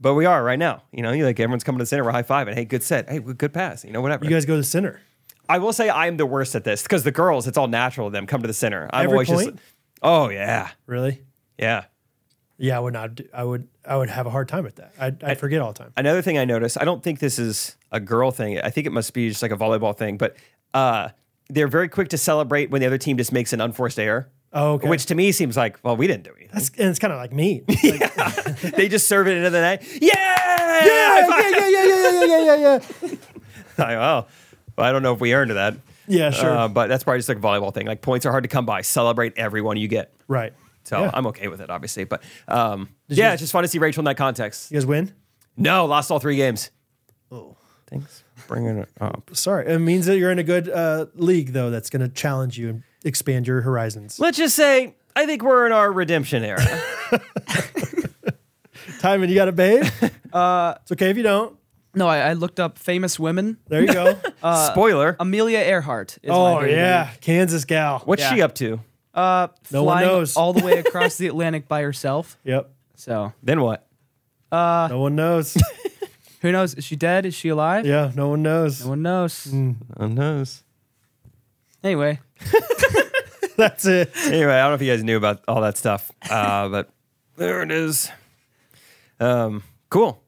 Speaker 2: But we are right now. You know, you like everyone's coming to the center, we're high fiving. Hey, good set. Hey, good pass. You know, whatever.
Speaker 1: You guys go to the center.
Speaker 2: I will say I'm the worst at this because the girls, it's all natural to them. Come to the center. I'm
Speaker 1: Every
Speaker 2: always
Speaker 1: point?
Speaker 2: just. Oh yeah,
Speaker 1: Really?
Speaker 2: yeah.
Speaker 1: Yeah, I would not. Do, I would. I would have a hard time with that. I'd, I'd forget all the time.
Speaker 2: Another thing I noticed, I don't think this is a girl thing. I think it must be just like a volleyball thing. But uh, they're very quick to celebrate when the other team just makes an unforced error.
Speaker 1: Oh, okay.
Speaker 2: Which to me seems like, well, we didn't do anything.
Speaker 1: That's and it's kind of like me.
Speaker 2: they just serve it into the net. Yeah,
Speaker 1: yeah, yeah, yeah, yeah, yeah, yeah, yeah, yeah, yeah.
Speaker 2: Like, well, I don't know if we earned that.
Speaker 1: Yeah, sure.
Speaker 2: Uh, but that's probably just like a volleyball thing. Like points are hard to come by. Celebrate everyone you get.
Speaker 1: Right.
Speaker 2: So
Speaker 1: Yeah.
Speaker 2: I'm okay with it, obviously. But um, yeah,
Speaker 1: you-
Speaker 2: it's just fun to see Rachel in that context.
Speaker 1: You guys win.
Speaker 2: No, lost all three games. Oh, thanks. Bringing it up.
Speaker 1: Sorry, it means that you're in a good uh, league though. That's going to challenge you and expand your horizons.
Speaker 2: Let's just say I think we're in our redemption era.
Speaker 1: Timon, you got a babe. it's okay if you don't.
Speaker 3: No, I, I looked up famous women.
Speaker 1: There you go.
Speaker 2: Uh, Spoiler.
Speaker 3: Amelia Earhart. Is my
Speaker 1: oh
Speaker 3: baby.
Speaker 1: yeah, Kansas gal.
Speaker 2: What's she
Speaker 3: yeah.
Speaker 2: up to?
Speaker 3: Uh,
Speaker 1: No one
Speaker 3: flying
Speaker 1: knows.
Speaker 3: all the way across the Atlantic by herself.
Speaker 1: Yep.
Speaker 3: So
Speaker 2: Then what?
Speaker 1: no one knows.
Speaker 3: who knows? Is she dead? Is she alive?
Speaker 1: yeah, no one knows.
Speaker 3: No one knows.
Speaker 2: Who knows?
Speaker 3: Anyway,
Speaker 1: That's it.
Speaker 2: Anyway, I don't know if you guys knew about all that stuff, uh, but there it is. Um, cool.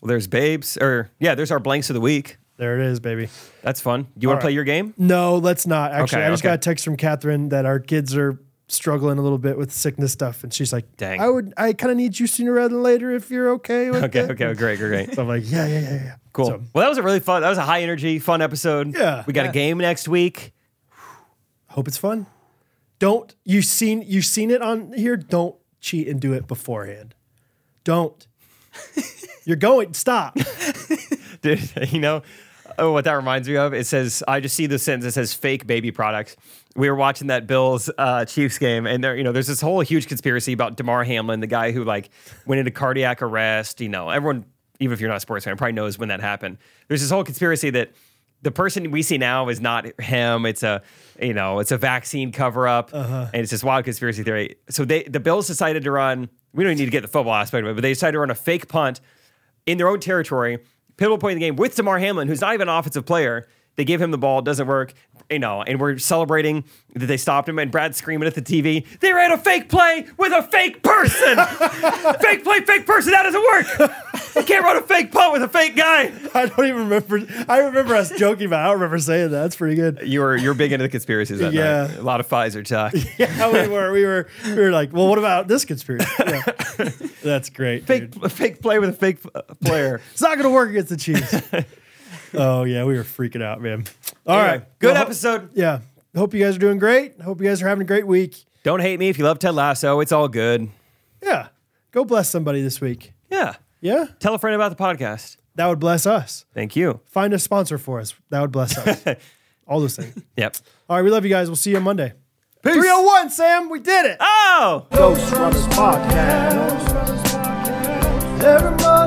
Speaker 2: Well, there's babes, or yeah, there's our blanks of the week.
Speaker 1: There it is, baby.
Speaker 2: That's fun. You want
Speaker 1: All
Speaker 2: to play
Speaker 1: right.
Speaker 2: your game?
Speaker 1: No, let's not. Actually,
Speaker 2: Okay,
Speaker 1: I just
Speaker 2: okay.
Speaker 1: got a text from Catherine that our kids are struggling a little bit with sickness stuff, and she's like,
Speaker 2: Dang.
Speaker 1: I would, I kind of need you sooner rather than later if you're okay with
Speaker 2: Okay,
Speaker 1: it."
Speaker 2: okay, great, great, great.
Speaker 1: So I'm like, "Yeah, yeah, yeah, yeah."
Speaker 2: Cool.
Speaker 1: So,
Speaker 2: well, that was a really fun. That was a high energy, fun episode.
Speaker 1: Yeah.
Speaker 2: we got
Speaker 3: Yeah.
Speaker 2: a game next week.
Speaker 1: hope it's fun. Don't you seen you seen it on here? Don't cheat and do it beforehand. Don't. you're going. Stop.
Speaker 2: Dude, you know oh, what that reminds me of? It says, I just see the sentence that says fake baby products. We were watching that Bills uh, Chiefs game, and there, you know, there's this whole huge conspiracy about Damar Hamlin, the guy who like went into cardiac arrest. You know, everyone, even if you're not a sports fan, probably knows when that happened. There's this whole conspiracy that the person we see now is not him. It's a, you know, it's a vaccine cover up, and it's this wild conspiracy theory. So they, the Bills decided to run. We don't need to get the football aspect of it, but they decided to run a fake punt in their own territory, pivotal point in the game with Damar Hamlin, who's not even an offensive player. They give him the ball, doesn't work, you know, and we're celebrating that they stopped him. And Brad's screaming at the TV, they ran a fake play with a fake person. fake play, fake person, that doesn't work. You can't run a fake punt with a fake guy.
Speaker 1: I don't even remember. I remember us joking about. It. I don't remember saying that. That's pretty good.
Speaker 2: You were you're big into the conspiracies that
Speaker 1: Yeah.
Speaker 2: night. A lot of Pfizer talk.
Speaker 1: Yeah, we were. We were. We were like, well, what about this conspiracy? Yeah. That's great. dude.
Speaker 2: Fake, fake play with a fake uh, player.
Speaker 1: It's not going to work against the Chiefs. oh yeah, we were freaking out, man. All right,
Speaker 2: Anyway, good
Speaker 1: Well, ho-
Speaker 2: episode.
Speaker 1: yeah, hope you guys are doing great. Hope you guys are having a great week.
Speaker 2: Don't hate me if you love Ted Lasso. It's all good.
Speaker 1: Yeah, go bless somebody this week.
Speaker 2: Yeah.
Speaker 1: Yeah,
Speaker 2: Tell a friend about the podcast.
Speaker 1: that would bless us.
Speaker 2: Thank you.
Speaker 1: Find a sponsor for us. That would bless us. All those things.
Speaker 2: Yep.
Speaker 1: All right, we love you guys. We'll see you on Monday.
Speaker 2: Peace.
Speaker 1: 301, Sam. We did it.
Speaker 2: Oh.
Speaker 1: Ghost Runners Podcast. Everybody.